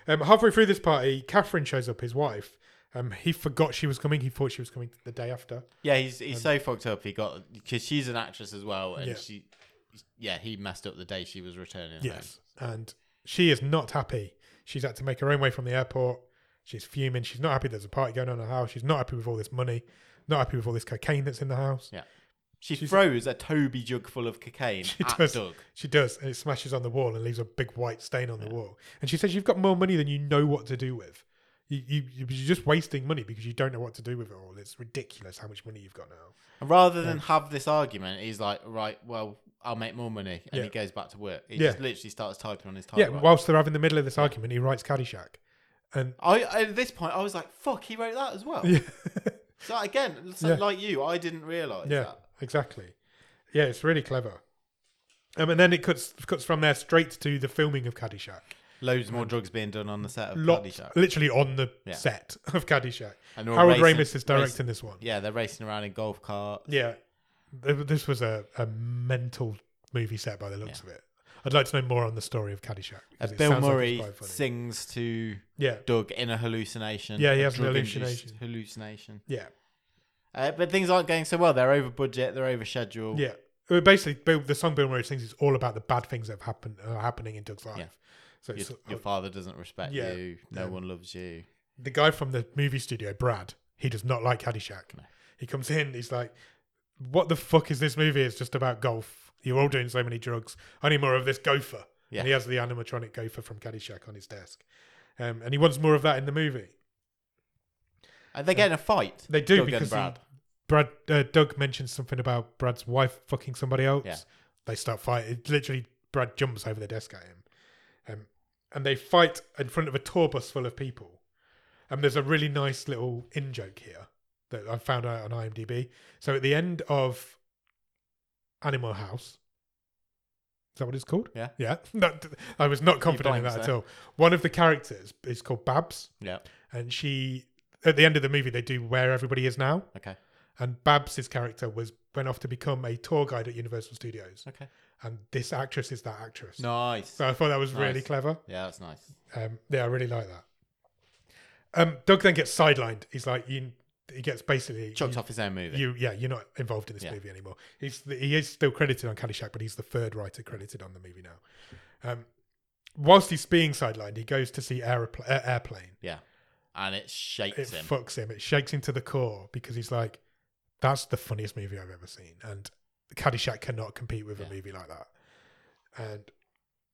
Um, halfway through this party, Catherine shows up, his wife. Um, he forgot she was coming. He thought she was coming the day after.
Yeah, he's he's so fucked up. He got because she's an actress as well, and
Yeah.
she, yeah, he messed up the day she was returning.
Yes. And she is not happy. She's had to make her own way from the airport. She's fuming. She's not happy there's a party going on in the house. She's not happy with all this money. Not happy with all this cocaine that's in the house.
She
She's-
throws a Toby jug full of
[LAUGHS]
cocaine
She
at
does.
Doug.
She does, and it smashes on the wall and leaves a big white stain on the wall. And she says, "You've got more money than you know what to do with. You, you, you're just wasting money because you don't know what to do with it all. It's ridiculous how much money you've got now."
And rather than have this argument, he's like, right, well, I'll make more money. And
Yeah.
he goes back to work. He
Yeah.
just literally starts typing on his
Yeah,
typewriter.
whilst they're having the middle of this argument, he writes Caddyshack. And
I, at this point, I was like, fuck, he wrote that as well.
yeah,
[LAUGHS] So again, so
Yeah.
like you, I didn't realise
yeah,
that.
exactly. Yeah, it's really clever. Um, and then it cuts cuts from there straight to the filming of Caddyshack.
Loads more drugs being done on the set of
Lot,
Bloody Shack.
literally on the
Yeah.
set of Caddyshack.
And they're all
Harold
racing-
Ramis is
racing-
directing this one.
Yeah, they're racing around in golf carts.
Yeah, Th- this was a, a mental movie set by the looks of it. I'd like to know more on the story of Caddyshack.
Uh,
because it
Bill
sounds like it's
Murray
quite funny.
sings to
Yeah,
Doug in a hallucination.
Yeah, he
a
has an
drug-induced
hallucination.
Hallucination.
yeah,
Uh, but things aren't going so well. They're over budget. They're over schedule.
yeah. Well, Basically, Bill, the song Bill Murray sings is all about the bad things that have happened are happening in Doug's life.
Yeah.
So
Your,
it's,
your father doesn't respect
yeah,
you. No
um,
one loves you.
the guy from the movie studio, Brad, He does not like Caddyshack.
No.
He comes in, he's like, "What the fuck is this movie? It's just about golf. You're all doing so many drugs. I need more of this gopher."
Yeah.
And he has the animatronic gopher from Caddyshack on his desk, um, and he wants more of that in the movie.
Are Uh, they getting a fight?
They do
Doug and
because he-
Brad.
Brad uh, Doug mentions something about Brad's wife fucking somebody else.
Yeah.
They start fighting. Literally, Brad jumps over the desk at him, um, and they fight in front of a tour bus full of people. And there's a really nice little in joke here that I found out on IMDb. So at the end of Animal House, is that what it's called?
Yeah.
yeah. [LAUGHS] That, I was not confident in
blanks
that at
there.
all. One of the characters is called Babs,
yeah.
and she at the end of the movie they do where everybody is now
Okay.
and Babs' character was went off to become a tour guide at Universal Studios,
Okay.
and this actress is that actress.
Nice.
So I thought that was really
Nice.
clever.
Yeah, that's nice.
Um, yeah, I really like that. Um, Doug then gets sidelined. He's like, you, he gets basically
Chucked
you,
off his own movie.
you- yeah, you're not involved in this
Yeah.
movie anymore. He's he is still credited on Caddyshack, but he's the third writer credited on the movie now. Um, whilst he's being sidelined, he goes to see Aeropl- uh, Airplane.
yeah. And it shakes
it
him.
fucks him. It shakes him to the core because he's like, that's the funniest movie I've ever seen. And Caddyshack cannot compete with
Yeah.
a movie like that. And,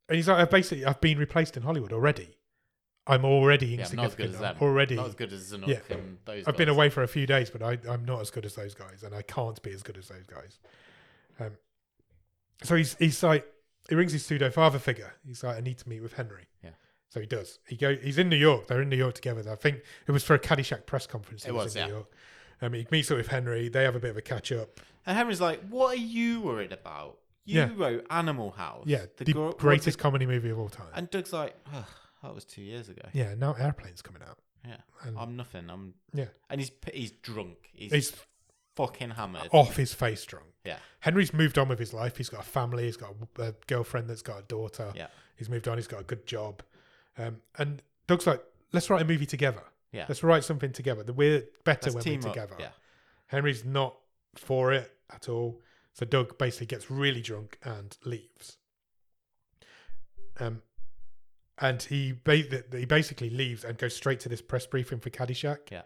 and he's like, I've basically, I've been replaced in Hollywood already. I'm already
yeah, I'm not as good
insignificant.
as
I'm
them.
already.
Not as good as Zanuck
Yeah.
and those
I've been
guys.
away for a few days, but I, I'm not as good as those guys, and I can't be as good as those guys. Um, so he's he's like he rings his pseudo father figure. He's like, I need to meet with Henry.
Yeah.
So he does. He go. He's in New York. They're in New York together. I think it was for a Caddyshack press conference. he
It was,
in New
yeah.
York. Um, he meets up with Henry. They have a bit of a catch up.
And Henry's like, what are you worried about? You
Yeah.
wrote Animal House.
Yeah, the,
gr- what
greatest comedy movie of all time.
the- and Doug's like, "Ugh, that was two years ago.
yeah, now Airplane's coming out.
Yeah.
And-
I'm nothing. I'm.
Yeah,
And he's p- he's drunk. He's,
he's
fucking hammered.
off his face drunk.
Yeah.
Henry's moved on with his life. He's got a family. He's got a, a girlfriend that's got a daughter.
Yeah.
He's moved on. He's got a good job. Um, and Doug's like, let's write a movie together.
Yeah.
Let's write something together. The- We're better
Let's
when
team
we're
up.
together.
Yeah.
Henry's not for it at all. So Doug basically gets really drunk and leaves. Um, and he ba- he basically leaves and goes straight to this press briefing for Caddyshack.
Yeah.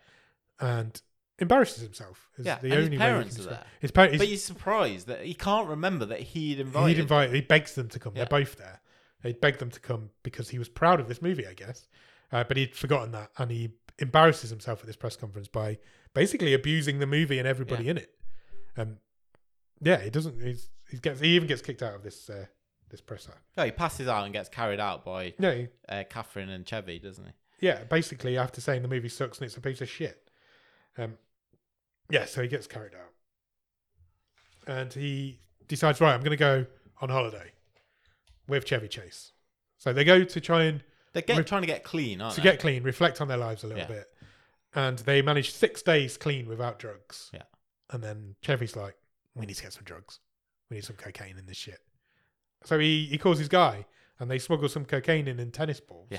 And embarrasses himself. is
Yeah,
the
and his
only
parents
way
are
you can describe-
there.
His parents.
But he's surprised that he can't remember that he'd invited.
He'd invite. He begs them to come.
Yeah.
They're both there. He begged them to come because he was proud of this movie, I guess. Uh, but he'd forgotten that, and he embarrasses himself at this press conference by basically abusing the movie and everybody in it. Um, yeah, he doesn't. He's, he gets. He even gets kicked out of this uh, this presser.
No, he passes out and gets carried out by
No, he-
uh, Catherine and Chevy, doesn't he?
yeah. Basically, after saying the movie sucks and it's a piece of shit. Um, yeah, so he gets carried out, and he decides, right, I'm going to go on holiday with Chevy Chase. So they go to try and
They're get,
Re-
trying to get clean, aren't
to
they?
get clean, reflect on their lives a little
Yeah.
bit. And they manage six days clean without drugs.
Yeah.
And then Chevy's like, we need to get some drugs. We need some cocaine in this shit. So he, he calls his guy and they smuggle some cocaine in in tennis balls.
Yeah.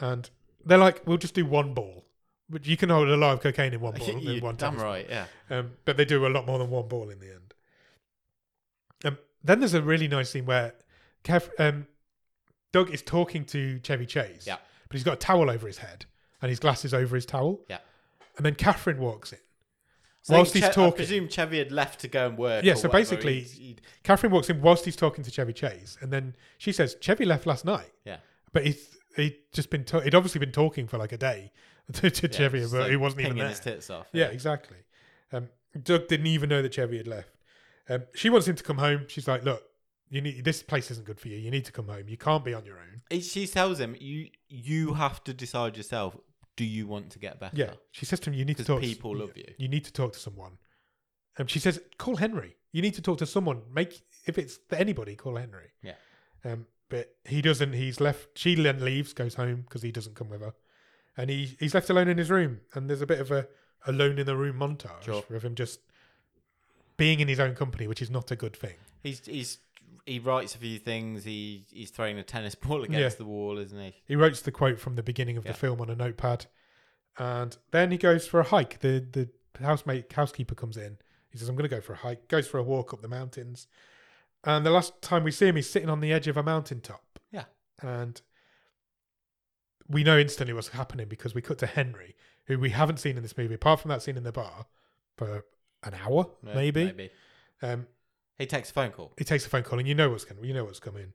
And they're like, we'll just do one ball. But you can hold a lot of cocaine in
[LAUGHS]
one ball.
You
in one
damn
tennis ball.
right, yeah.
Um, but they do a lot more than one ball in the end. Um, then there's a really nice scene where Kev, um, Doug is talking to Chevy Chase,
Yeah.
but he's got a towel over his head and his glasses over his towel.
Yeah.
And then Catherine walks in.
So
Whilst he's
Che-
talking-
I presume Chevy had left to go and work.
Yeah,
or
so
whatever.
basically-
He'd- he'd-
Catherine walks in whilst he's talking to Chevy Chase, and then she says, "Chevy left last night."
Yeah.
But he's he'd just been ta- he'd obviously been talking for like a day [LAUGHS] to, to
yeah,
Chevy,
just,
but
like,
he wasn't even
pinging
there.
his tits off.
Yeah, exactly. Um, Doug didn't even know that Chevy had left. Um, she wants him to come home. She's like, "Look, you need this place isn't good for you. You need to come home. You can't be on your own."
He- She tells him, "You you have to decide yourself. Do you want to get better?
Yeah, she says to him, "You need to
because
talk.
people
to,
love you.
You need to talk to someone." Um, she says, "Call Henry. You need to talk to someone. Make if it's anybody, call Henry."
Yeah.
Um, but he doesn't. He's left. She then leaves, goes home because he doesn't come with her, and he he's left alone in his room. And there's a bit of a alone in the room montage
Sure.
of him just being in his own company, which is not a good thing.
He's he's he writes a few things. He he's throwing a tennis [LAUGHS] ball against the wall, isn't he?
He wrote the quote from the beginning of
Yeah.
the film on a notepad, and then he goes for a hike. The the housemate housekeeper comes in. He says, "I'm going to go for a hike." Goes for a walk up the mountains, and the last time we see him, he's sitting on the edge of a mountaintop.
Yeah.
and we know instantly what's happening because we cut to Henry, who we haven't seen in this movie, apart from that scene in the bar, for an hour
Yeah,
maybe. Um,
He takes a phone call.
he takes a phone call, and you know what's coming. You know what's coming.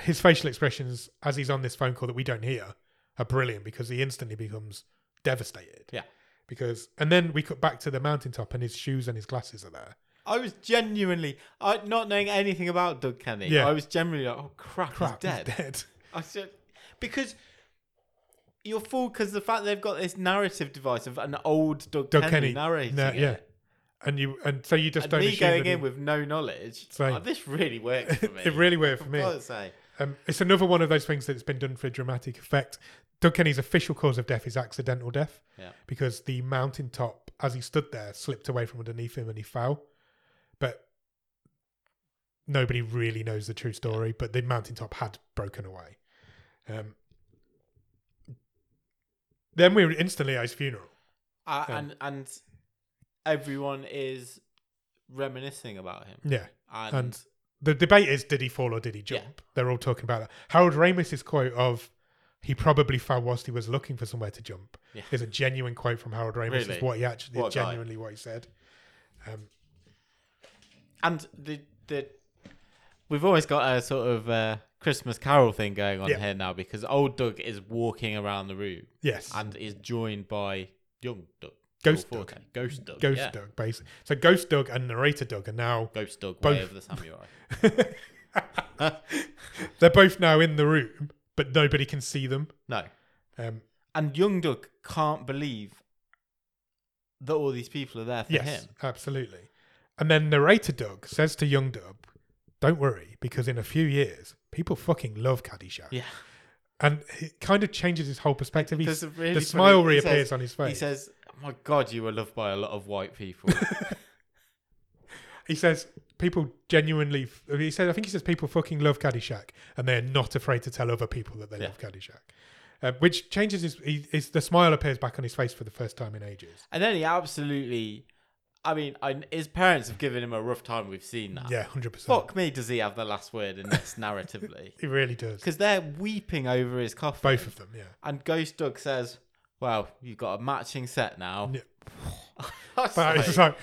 His facial expressions as he's on this phone call that we don't hear are brilliant because he instantly becomes devastated.
Yeah.
Because and then we cut back to the mountaintop, and his shoes and his glasses are there.
I was genuinely, I, not knowing anything about Doug Kenny,
Yeah.
I was genuinely like, oh crap,
Crap,
he's
he's
dead.
dead.
I said, because you're fooled because the fact they've got this narrative device of an old Doug,
Doug
Kenny,
Kenny
narrating
No,
it.
yeah. And you and so you just
And
don't
me
assume
going
that
in
he-
with no knowledge,
Same.
oh, this really worked for me.
[LAUGHS] it really worked for
I've
me.
gotta say.
Um, it's another one of those things that's been done for dramatic effect. Doug Kenny's official cause of death is accidental death
Yeah.
because the mountaintop, as he stood there, slipped away from underneath him and he fell. But nobody really knows the true story. But the mountaintop had broken away. Um, then we were instantly at his funeral.
Uh,
Yeah.
and and everyone is reminiscing about him.
Yeah.
And,
And- the debate is did he fall or did he
Yeah.
jump? They're all talking about that. Harold Ramis's quote of he probably fell whilst he was looking for somewhere to jump
Yeah.
is a genuine quite from Harold Ramis.
Really?
Is what he actually
What a guy.
genuinely what he said. Um,
and the the we've always got a sort of uh, Christmas Carol thing going on
Yeah.
here now because old Doug is walking around the room
yes,
and is joined by young Doug,
Ghost
Paul Forte. Ghost Doug,
Ghost
yeah.
Doug basically. So Ghost Doug and narrator Doug are now
Ghost Doug,
Both.
Way of the Samurai.
they're both now in the room, but nobody can see them.
no,
Um,
and young Doug can't believe that all these people are there for
yes,
him.
absolutely. And then narrator Doug says to young Doug, "Don't worry, because in a few years, people fucking love Caddyshack."
Yeah,
and it kind of changes his whole perspective. He's,
There's a really
the
funny-
smile
he says-
reappears on his face.
he says, "My God, you were loved by a lot of white
[LAUGHS]
people."
he says people genuinely. He said, I think he says people fucking love Caddyshack, and they're not afraid to tell other people that they
Yeah.
love Caddyshack, uh, which changes his, he, his. The smile appears back on his face for the first time in ages.
And then he absolutely, I mean, I, his parents have given him a rough time. We've seen that.
Yeah, hundred percent.
Fuck me, does he have the last word in this narratively?
[LAUGHS] He really does.
Because they're weeping over his coffin.
Both of them. Yeah.
And Ghost Doug says, "Well, you've got a matching set now."
Yeah.
[LAUGHS] I was
But [LAUGHS]
like,
it's like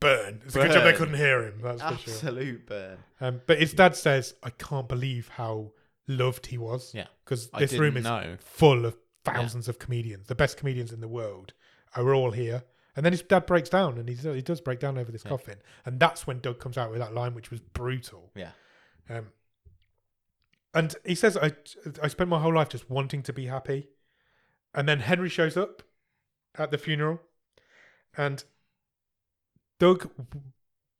burn. It's a good job they
Burn.
couldn't hear him. That's for sure.
absolute burn.
Um, but his dad says, "I can't believe how loved he was."
Yeah.
because
I
this
didn't
room is
know.
full of thousands of comedians. The best comedians in the world are all here. And then his dad breaks down, and he's, he does break down over this coffin. And that's when Doug comes out with that line, which was brutal.
Yeah.
Um, and he says, "I I spent my whole life just wanting to be happy," and then Henry shows up at the funeral, and Doug,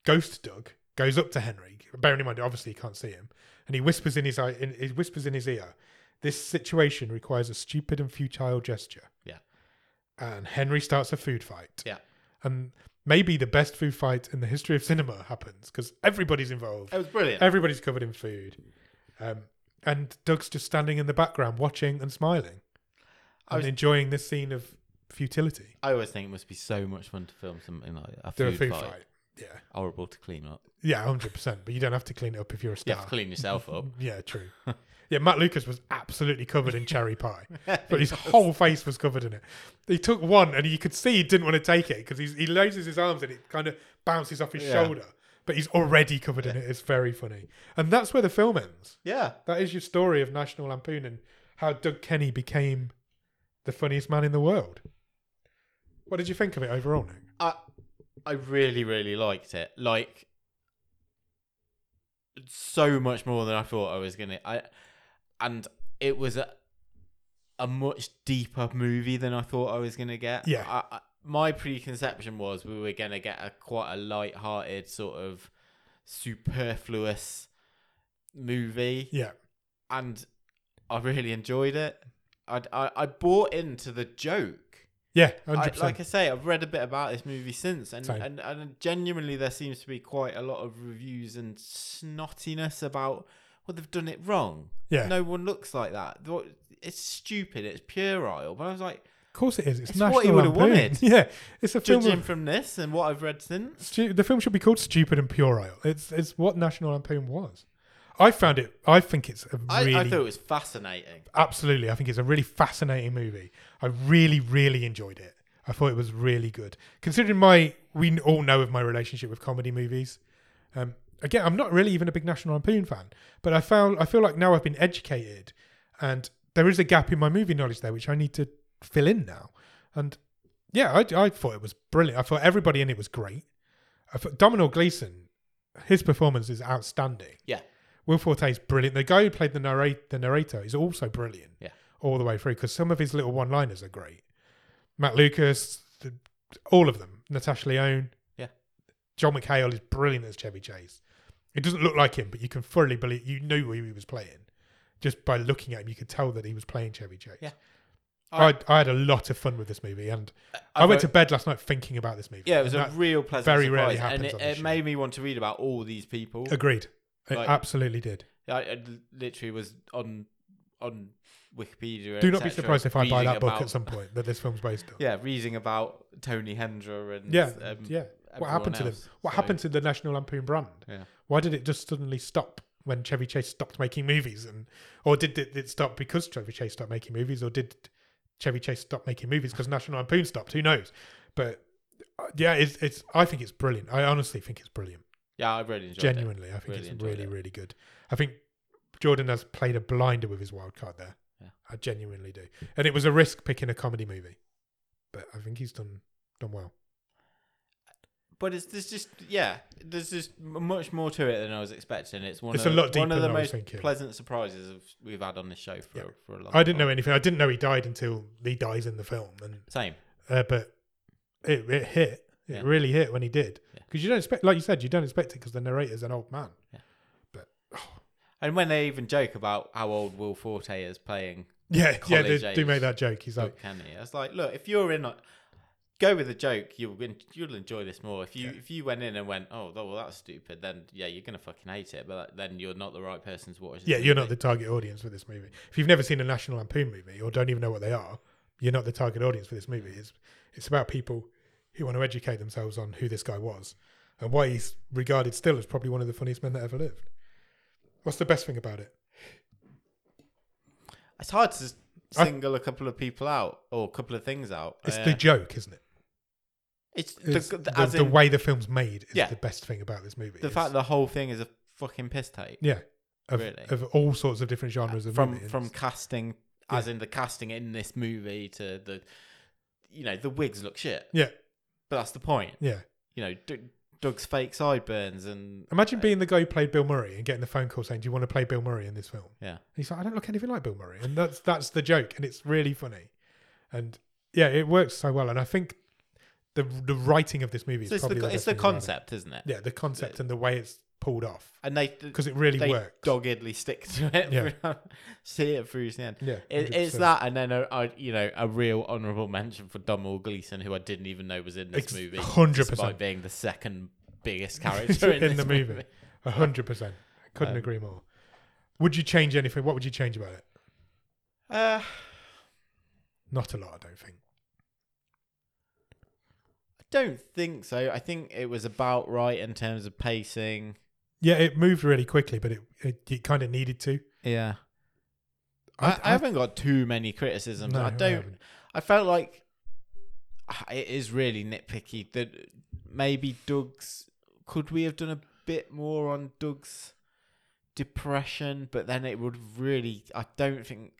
Ghost Doug, goes up to Henry. Bearing in mind, obviously, you can't see him, and he whispers in his eye, in, he whispers in his ear, "This situation requires a stupid and futile gesture."
Yeah.
And Henry starts a food fight.
Yeah.
And maybe the best food fight in the history of cinema happens because everybody's involved.
It was brilliant.
Everybody's covered in food. Um, and Doug's just standing in the background watching and smiling
I
and
was-
enjoying this scene of futility.
I always think it must be so much fun to film something like a
Do
food,
a food
fight.
fight. Yeah.
Horrible to clean up.
Yeah, 100%. But you don't have to clean it up if you're a
You
star.
have to clean
[LAUGHS]
yourself up.
Yeah, true. yeah, Matt Lucas was absolutely covered in cherry
[LAUGHS]
pie, but his whole face was covered in it. He took one, and you could see he didn't want to take it because he raises his arms and it kind of bounces off his
Yeah.
shoulder. But he's already covered in it. It's very funny, and that's where the film ends.
Yeah.
That is your story of National Lampoon and how Doug Kenny became the funniest man in the world. What did you think of it overall, Nick?
I I really really liked it. Like so much more than I thought I was gonna. I and it was a a much deeper movie than I thought I was gonna get.
Yeah.
I, I, my preconception was we were gonna get a quite a light-hearted sort of superfluous movie
Yeah,
and I really enjoyed it. I, I I bought into the joke.
yeah,
I,
hundred
like
percent.
I say, I've read a bit about this movie since, and,
Same.
and and genuinely, there seems to be quite a lot of reviews and snottiness about well, they've done it wrong.
Yeah,
No one looks like that. What- It's stupid. It's puerile. But I was like,
of course it is. It's,
it's
National
what he would've
Lampoon. [LAUGHS]
wanted.
Yeah, it's a film.
judging
Of,
from this and what I've read since,
stu- the film should be called "Stupid and Puerile." It's it's what National Lampoon was. I found it. I think it's a
I,
really
I thought it was fascinating.
absolutely. I think it's a really fascinating movie. I really, really enjoyed it. I thought it was really good. Considering my, we all know of my relationship with comedy movies. Um, again, I'm not really even a big National Lampoon fan, but I found I feel like now I've been educated, and there is a gap in my movie knowledge there which I need to fill in now. And yeah, I, I thought it was brilliant. I thought everybody in it was great. I thought Domino Gleeson, his performance is outstanding.
Yeah.
Will Forte is brilliant. The guy who played the narrator, the narrator is also brilliant.
Yeah.
All the way through because some of his little one-liners are great. Matt Lucas, the, all of them. Natasha Leone.
Yeah.
John McHale is brilliant as Chevy Chase. It doesn't look like him, but you can fully believe you knew who he was playing just by looking at him. You could tell that he was playing Chevy Chase.
Yeah.
I, I had a lot of fun with this movie, and I, went to bed last night thinking about this movie.
Yeah, it was
And
a
that-
real pleasant
very
surprise,
rarely
and
happens
it,
on this
it
show.
made me want to read about all these people.
agreed. It
Like-
absolutely did.
I, I literally was on on Wikipedia.
Do not be
etc.,
surprised if I buy
reading
that book
about-
at some point that this film's based on.
Yeah, reading about Tony Hendra and
Yeah,
um,
yeah. What
everyone
happened to them?
else.
What
So,
happened to the National Lampoon brand?
Yeah.
Why did it just suddenly stop when Chevy Chase stopped making movies, and or did it, it stop because Chevy Chase stopped making movies, or did Chevy Chase stop making movies because National Lampoon stopped? Who knows? But uh, yeah, it's, it's. I think it's brilliant. I honestly think it's brilliant.
Yeah, I really enjoyed it.
Genuinely, I think
Really
it's
enjoyed
really,
it.
really good. I think Jordan has played a blinder with his wild card there.
Yeah.
I genuinely do, and it was a risk picking a comedy movie, but I think he's done done well.
But it's there's just yeah, there's just m- much more to it than I was expecting. It's one
It's
of
a lot
one
deeper
of the
than I was
most
thinking.
pleasant surprises of, we've had on this show for
Yeah.
for a long.
I didn't know
time.
anything. I didn't know he died until he dies in the film, and
Same.
uh, but it, it hit. It
Yeah.
really hit when he did
Yeah.
because you don't expect, like you said, you don't expect it because the narrator's an old man.
Yeah.
But
And when they even joke about how old Will Forte is playing
yeah, yeah,
College
they do
age.
make that joke. He's like,
Luke Kenny, I was like, look, if you're in, a, go with a joke, you'll en- you'll enjoy this more. If you
Yeah.
if you went in and went, oh, well, that's stupid, then yeah, you're gonna fucking hate it. But then you're not the right person to watch. this
yeah, you're not the
movie.
target audience for this movie. If you've never seen a National Lampoon movie or don't even know what they are, you're not the target audience for this movie. It's it's about people who want to educate themselves on who this guy was and why he's regarded still as probably one of the funniest men that ever lived. What's the best thing about it?
It's hard to s-
I-
single a couple of people out or a couple of things out.
It's
Uh,
the joke, isn't it?
it's the,
It's the,
the- as
the
in,
way the film's made is
Yeah.
the best thing about this movie.
the
It's-
fact the whole thing is a fucking piss take
yeah, of,
Really?
of all sorts of different genres of
from
movies.
from casting, as in the casting in this movie to the, you know, the wigs look shit.
yeah,
But that's the point.
yeah.
You know, D- Doug's fake sideburns and
Imagine being the guy who played Bill Murray and getting the phone call saying, "Do you want to play Bill Murray in this film?"
yeah.
And he's like, "I don't look anything like Bill Murray," and that's that's the joke, and it's really funny, and yeah, it works so well. And I think the the writing of this movie
So
is
it's
probably
the
the best
it's the
thing about it.
concept, isn't it?
Yeah, the concept and the way it's pulled off
And they
because it really
they
works.
doggedly stick to it.
Yeah.
throughout- [LAUGHS] see it through to the end.
yeah,
It, it's
100%.
that, and then a, a you know a real honourable mention for Domhnall Gleeson, who I didn't even know was in this
Ex-
movie,
100%.
despite being the second
[LAUGHS]
biggest character in,
In
this
the movie. A hundred percent. Couldn't
Um,
agree more. Would you change anything? What would you change about it?
Uh,
Not a lot, I don't think.
I don't think so. I think it was about right in terms of pacing.
Yeah, it moved really quickly, but it it, it kind of needed to.
Yeah, I, I,
I-
haven't got too many criticisms.
No,
I
I
don't.
haven't.
I, felt like ah, it is really nitpicky that maybe Doug's. Could we have done a bit more on Doug's depression? But then it would really. I don't think.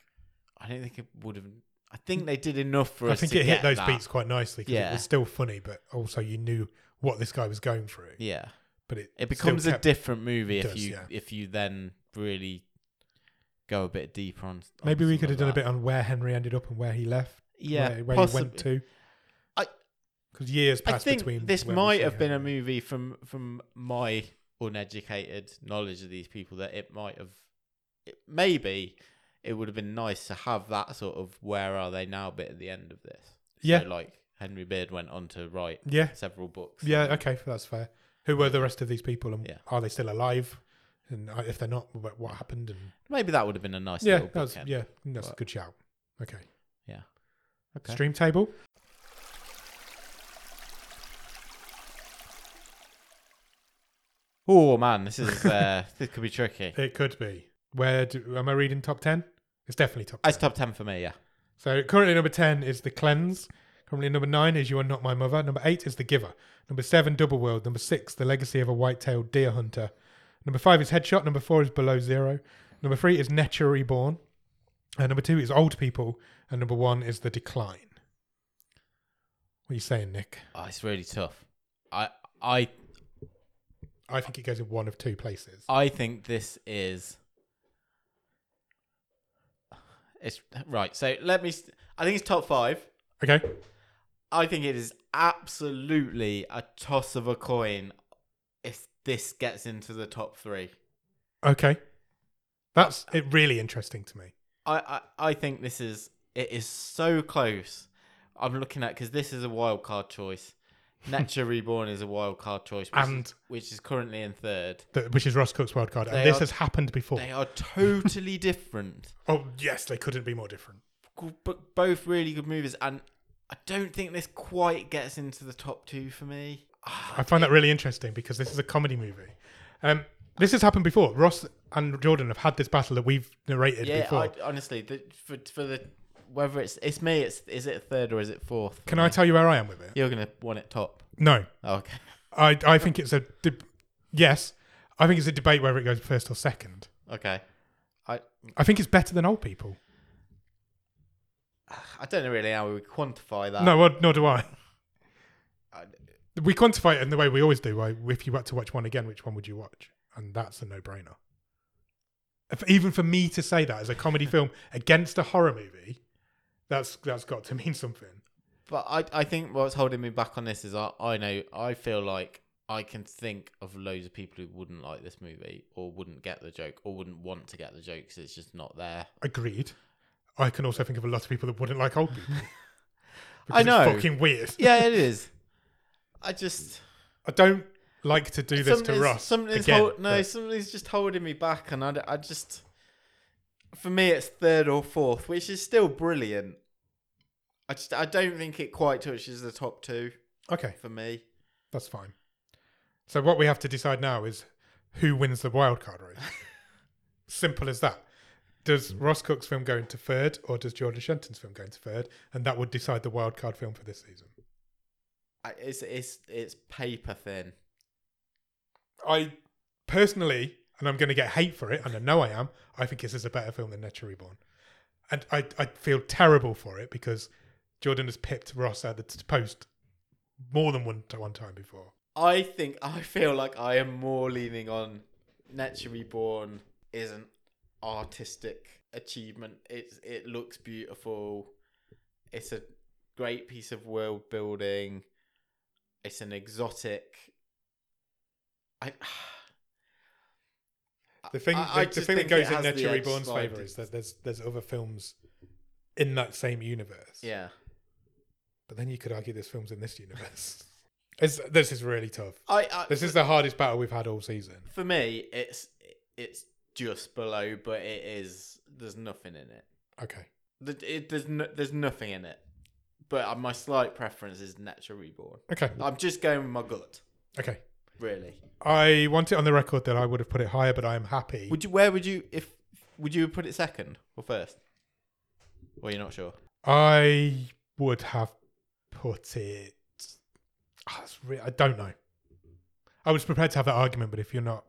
I don't think it would have. I think they did enough for
I
us.
think
to
it
get
hit those
that.
beats quite nicely. 'cause
Yeah.
it was still funny, but also you knew what this guy was going through.
Yeah,
But it
it becomes
still
a
kept-
different movie if
does,
you
yeah.
if you then really go a bit deeper on. on
Maybe we
some
could
of
have done a
that.
bit on where Henry ended up and where he left.
Yeah,
where, where he
possibly.
went to.
I-
because years
I
passed between.
think this
when we
might
see
have been a
Henry.
movie from from my uneducated knowledge of these people that it might have it, maybe it would have been nice to have that sort of where are they now bit at the end of this.
Yeah,
So like Henry Beard went on to write
yeah,
several books.
yeah. Okay, that's fair. Who were the rest of these people, and
Yeah.
are they still alive? And uh, if they're not, wh- what happened? And
Maybe that would have been a nice
yeah,
little book.
that's yeah, that's a
But-
good shout. Okay.
Yeah. Okay.
Stream table.
Oh man, this is uh, [LAUGHS] this could be tricky.
It could be. Where do, am I reading top 10? It's definitely top 10.
It's top ten for me. Yeah.
So currently number 10 is The Cleanse. Currently number 9 is You Are Not My Mother. Number 8 is The Giver. Number 7, Double World. Number 6, The Legacy of a White-Tailed Deer Hunter. Number 5 is Headshot. Number 4 is Below Zero. Number 3 is Nature Reborn. And number 2 is Old People. And number 1 is The Decline. What are you saying, Nick?
Oh, it's really tough. I I
I think it goes in one of two places.
I think this is. It's right. So let me. s- I think it's top five.
Okay.
I think it is absolutely a toss of a coin if this gets into the top three.
Okay. That's it really interesting to me.
I, I, I think this is it is so close. I'm looking at because this is a wild card choice. Nature Reborn is a wild card choice, which,
And-
is, which is currently in third.
That, which is Ross Cook's wild card. And
They
this
are-
has happened before.
They are totally different,
Oh yes, they couldn't be more different.
g- but both really good movies. And I don't think this quite gets into the top two for me. Ah,
I find that really interesting because this is a comedy movie. Um, this has happened before. Ross and Jordan have had this battle that we've narrated
yeah,
before.
I, honestly, the, for for the whether it's it's me, it's is it third or is it fourth?
Can I tell you where I am with it?
You're gonna want it top.
No,
Okay. [LAUGHS]
I I think it's a deb yes. I think it's a debate whether it goes first or second.
Okay. I
I think it's better than old people.
I don't know really how we would quantify that.
no, well, nor do I.
Um, I-
We quantify it in the way we always do. Right? If you had to watch one again, which one would you watch? And that's a no-brainer. If, even for me to say that as a
[LAUGHS]
comedy film against a horror movie, that's that's got to mean something.
But I, I think what's holding me back on this is I, I know I feel like I can think of loads of people who wouldn't like this movie or wouldn't get the joke or wouldn't want to get the joke 'cause it's just not there.
Agreed. I can also think of a lot of people that wouldn't like old
[LAUGHS]
people.
I
Because
know.
It's fucking weird.
yeah, it is. [LAUGHS] I just
I don't like to do this to
something's-
Ross.
something's
again,
hol- no,
but
something's just holding me back, and I, d- I just for me it's third or fourth, which is still brilliant. I just I don't think it quite touches the top two
Okay,
for me.
that's fine. So what we have to decide now is who wins the wild card [LAUGHS] race. Simple as that. Does Ross Cook's film go into third, or does Jordan Shenton's film go into third? And that would decide the wild card film for this season.
I, it's it's it's paper thin.
I personally, and I'm going to get hate for it, and I know I am. I think this is a better film than Nature Reborn, and I I feel terrible for it because Jordan has pipped Ross at the t- post more than one one time before.
I think I feel like I am more leaning on Nature Reborn is an artistic achievement. It's it looks beautiful. It's a great piece of world building. It's an exotic. I. [SIGHS]
The thing,
I- I
the, the
just
thing that
think
goes
it
in
has the
Nature
edge
Reborn's
slightly.
favor is that there's there's other films in that same universe.
Yeah,
But then you could argue there's films in this universe. [LAUGHS] It's, this is really tough.
I. I
This is the hardest battle we've had all season.
for me, it's it's just below, but it is. There's nothing in it.
Okay.
Th- it there's no, there's nothing in it. But uh, my slight preference is Nature Reborn.
Okay.
I'm just going with my gut,
Okay.
really.
I want it on the record that I would have put it higher, but I am happy.
Would you? Where would you? If would you put it second or first? Well, you're not sure.
I would have put it. Ah, it's re- I don't know. I was prepared to have that argument, but if you're not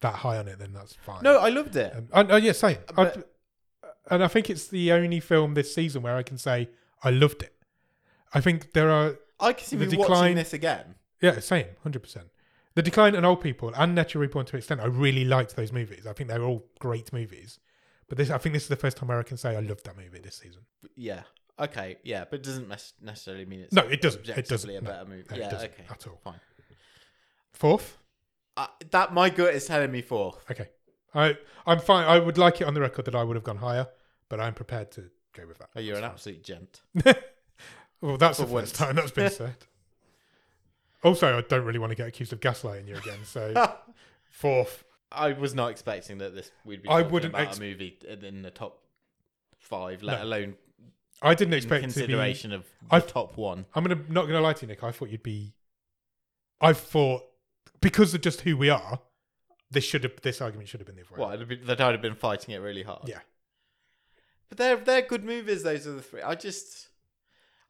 that high on it, then that's fine.
No, I loved it.
Um, and, oh, yeah, same.
But-
I- and I think it's the only film this season where I can say I loved it. I think there are
I can see
the
me
decline-
watching this again.
yeah, same, hundred percent. The Decline and Old People and Natural Reborn to an extent, I really liked those movies. I think they were all great movies. But this, I think this is the first time where I can say I loved that movie this season.
Yeah. Okay. Yeah, but it doesn't mes- necessarily mean it's
No, it doesn't. It doesn't.
objectively a
No,
better movie.
no, it
yeah.
doesn't
Okay.
at all.
Fine.
Fourth,
Uh, that my gut is telling me fourth.
okay. I I'm fine. I would like it on the record that I would have gone higher, but I'm prepared to go with that.
Oh, you're an absolute gent.
Well, that's
For
the
once.
first time that's been
[LAUGHS]
said. Also, I don't really want to get accused of gaslighting you again.
[LAUGHS]
So fourth,
I was not expecting that this we'd be.
I
I
wouldn't
wouldn't about
ex-
a movie in- in the top five, let alone
I didn't
in
expect to be
consideration of the
I've-
top one.
I'm gonna not gonna lie to you, Nick. I thought you'd be. I thought because of just who we are, This should have this argument should have been the other way.
Well, it'd be, that I'd have been fighting it really hard.
Yeah.
But they're they're good movies. Those are the three. I just,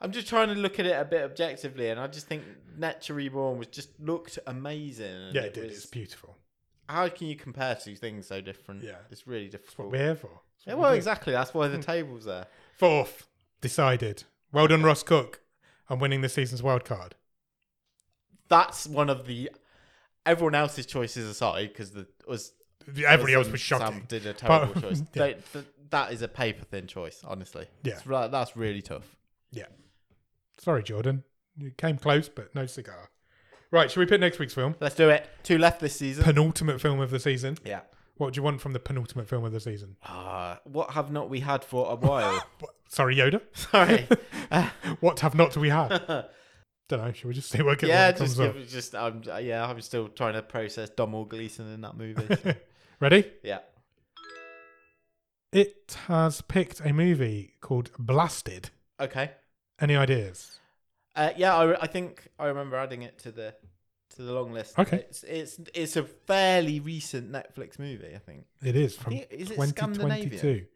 I'm just trying to look at it a bit objectively, and I just think Nature Reborn was just looked amazing. and
yeah, it did.
was-
It's beautiful.
how can you compare two things so different?
Yeah.
it's really
What
difficult.
we're here for. It's
Yeah,
what
well,
we do. Hmm.
exactly. That's why the table's there.
Fourth, decided. Well done, Ross Cook, on winning this season's wild card.
That's one of the. Everyone else's choices aside, because the was
Everybody else
Sam-
was
Sam
shocking.
did a terrible
[LAUGHS] But-
choice.
yeah.
They, th- that is a paper thin choice, honestly.
Yeah.
It's re- that's really tough.
Sorry, Jordan. You came close, but no cigar. Right, shall we pick next week's film?
Let's do it. Two left this season.
Penultimate film of the season.
yeah.
What do you want from the penultimate film of the season?
Ah, what have not we had for a while?
What? Sorry, Yoda.
[LAUGHS]
[LAUGHS]
Sorry. Uh,
What have not we had? Don't know. Shall we just see what comes
[LAUGHS] [LAUGHS] yeah,
what
just
comes
give, just um, yeah. I'm still trying to process Domhnall Gleeson in that [LAUGHS] movie.
up? [LAUGHS] Ready?
yeah.
It has picked a movie called Blasted.
Okay.
Any ideas?
Uh, yeah, I, re- I think I remember adding it to the to the long list.
Okay.
It's it's it's a fairly recent Netflix movie. I think.
It is from
Yeah, is it
2022.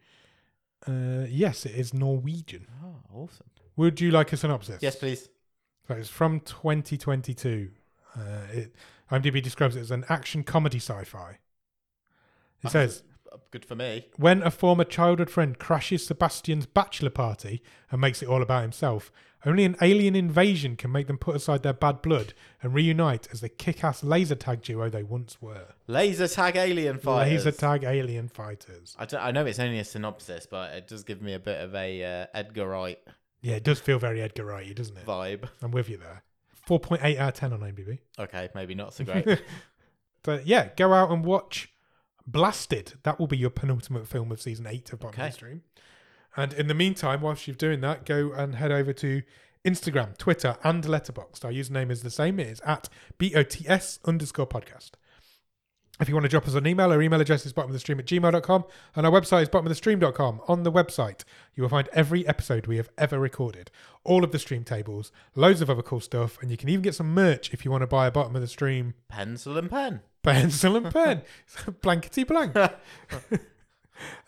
Uh, yes, it is Norwegian.
Oh, awesome.
Would you like a synopsis?
Yes, please.
So it's from 2022. Uh, it, IMDb describes it as an action comedy sci fi. It says
Good for me.
When a former childhood friend crashes Sebastian's bachelor party and makes it all about himself, only an alien invasion can make them put aside their bad blood and reunite as the kick ass laser tag duo they once were.
Laser tag alien fighters.
Laser tag alien fighters.
I, don't- I know it's only a synopsis, but it does give me a bit of a uh, Edgar Wright
Yeah, it does feel very Edgar Wright, doesn't it?
vibe.
I'm with you there. 4.8 out of 10 on IMDb.
Okay, maybe not
[LAUGHS]
so great.
But yeah, go out and watch Blasted. That will be your penultimate film of season eight of Bottom
Okay.
Stream. And in the meantime, whilst you're doing that, go and head over to Instagram, Twitter, and Letterboxd. Our username is the same. It is at BOTS underscore podcast. If you want to drop us an email, our email address is bottom of the stream at gmail.com and our website is bottom of the stream.com. On the website, you will find every episode we have ever recorded, all of the stream tables, loads of other cool stuff, and you can even get some merch if you want to buy a bottom of the stream
Pencil and pen.
pencil and pen, [LAUGHS] blankety blank.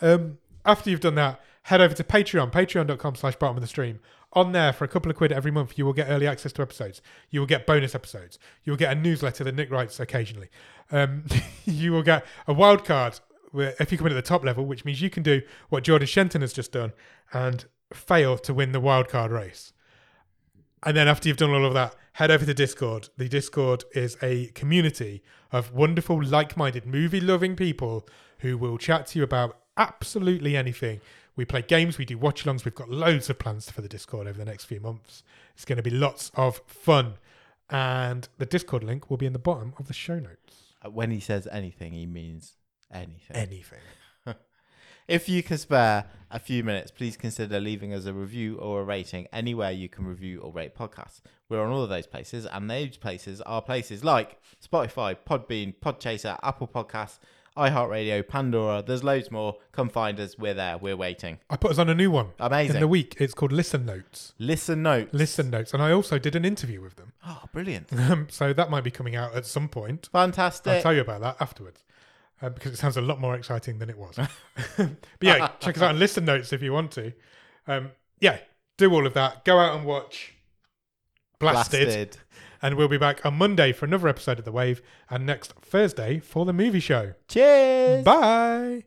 um, after you've done that, head over to Patreon, patreon.com slash bottom of the stream. On there for a couple of quid every month, you will get early access to episodes. You will get bonus episodes. You will get a newsletter that Nick writes occasionally. Um, [LAUGHS] you will get a wild card where- if you come in at the top level, which means you can do what Jordan Shenton has just done and fail to win the wild card race. And then after you've done all of that, head over to Discord. The Discord is a community of wonderful, like minded, movie loving people who will chat to you about absolutely anything. We play games, we do watch alongs, we've got loads of plans for the Discord over the next few months. It's going to be lots of fun. And the Discord link will be in the bottom of the show notes.
Uh, When he says anything, he means anything.
Anything.
If you can spare a few minutes, please consider leaving us a review or a rating anywhere you can review or rate podcasts. We're on all of those places, and those places are places like Spotify, Podbean, Podchaser, Apple Podcasts, iHeartRadio, Pandora. There's loads more. Come find us. We're there. We're waiting.
I put us on a new one in
Amazing.
the week. It's called Listen Notes.
Listen note.
Listen Notes. And I also did an interview with them. [LAUGHS]
Oh, brilliant.
so that might be coming out at some point. I'll
Fantastic.
tell you about that afterwards uh, because it sounds a lot more exciting than it was. [LAUGHS] but yeah, check us
[LAUGHS]
out on listen notes if you want to. Um, yeah, do all of that. Go out and watch Blasted,
Blasted.
And we'll be back on Monday for another episode of The Wave and next Thursday for the movie show.
Cheers.
Bye.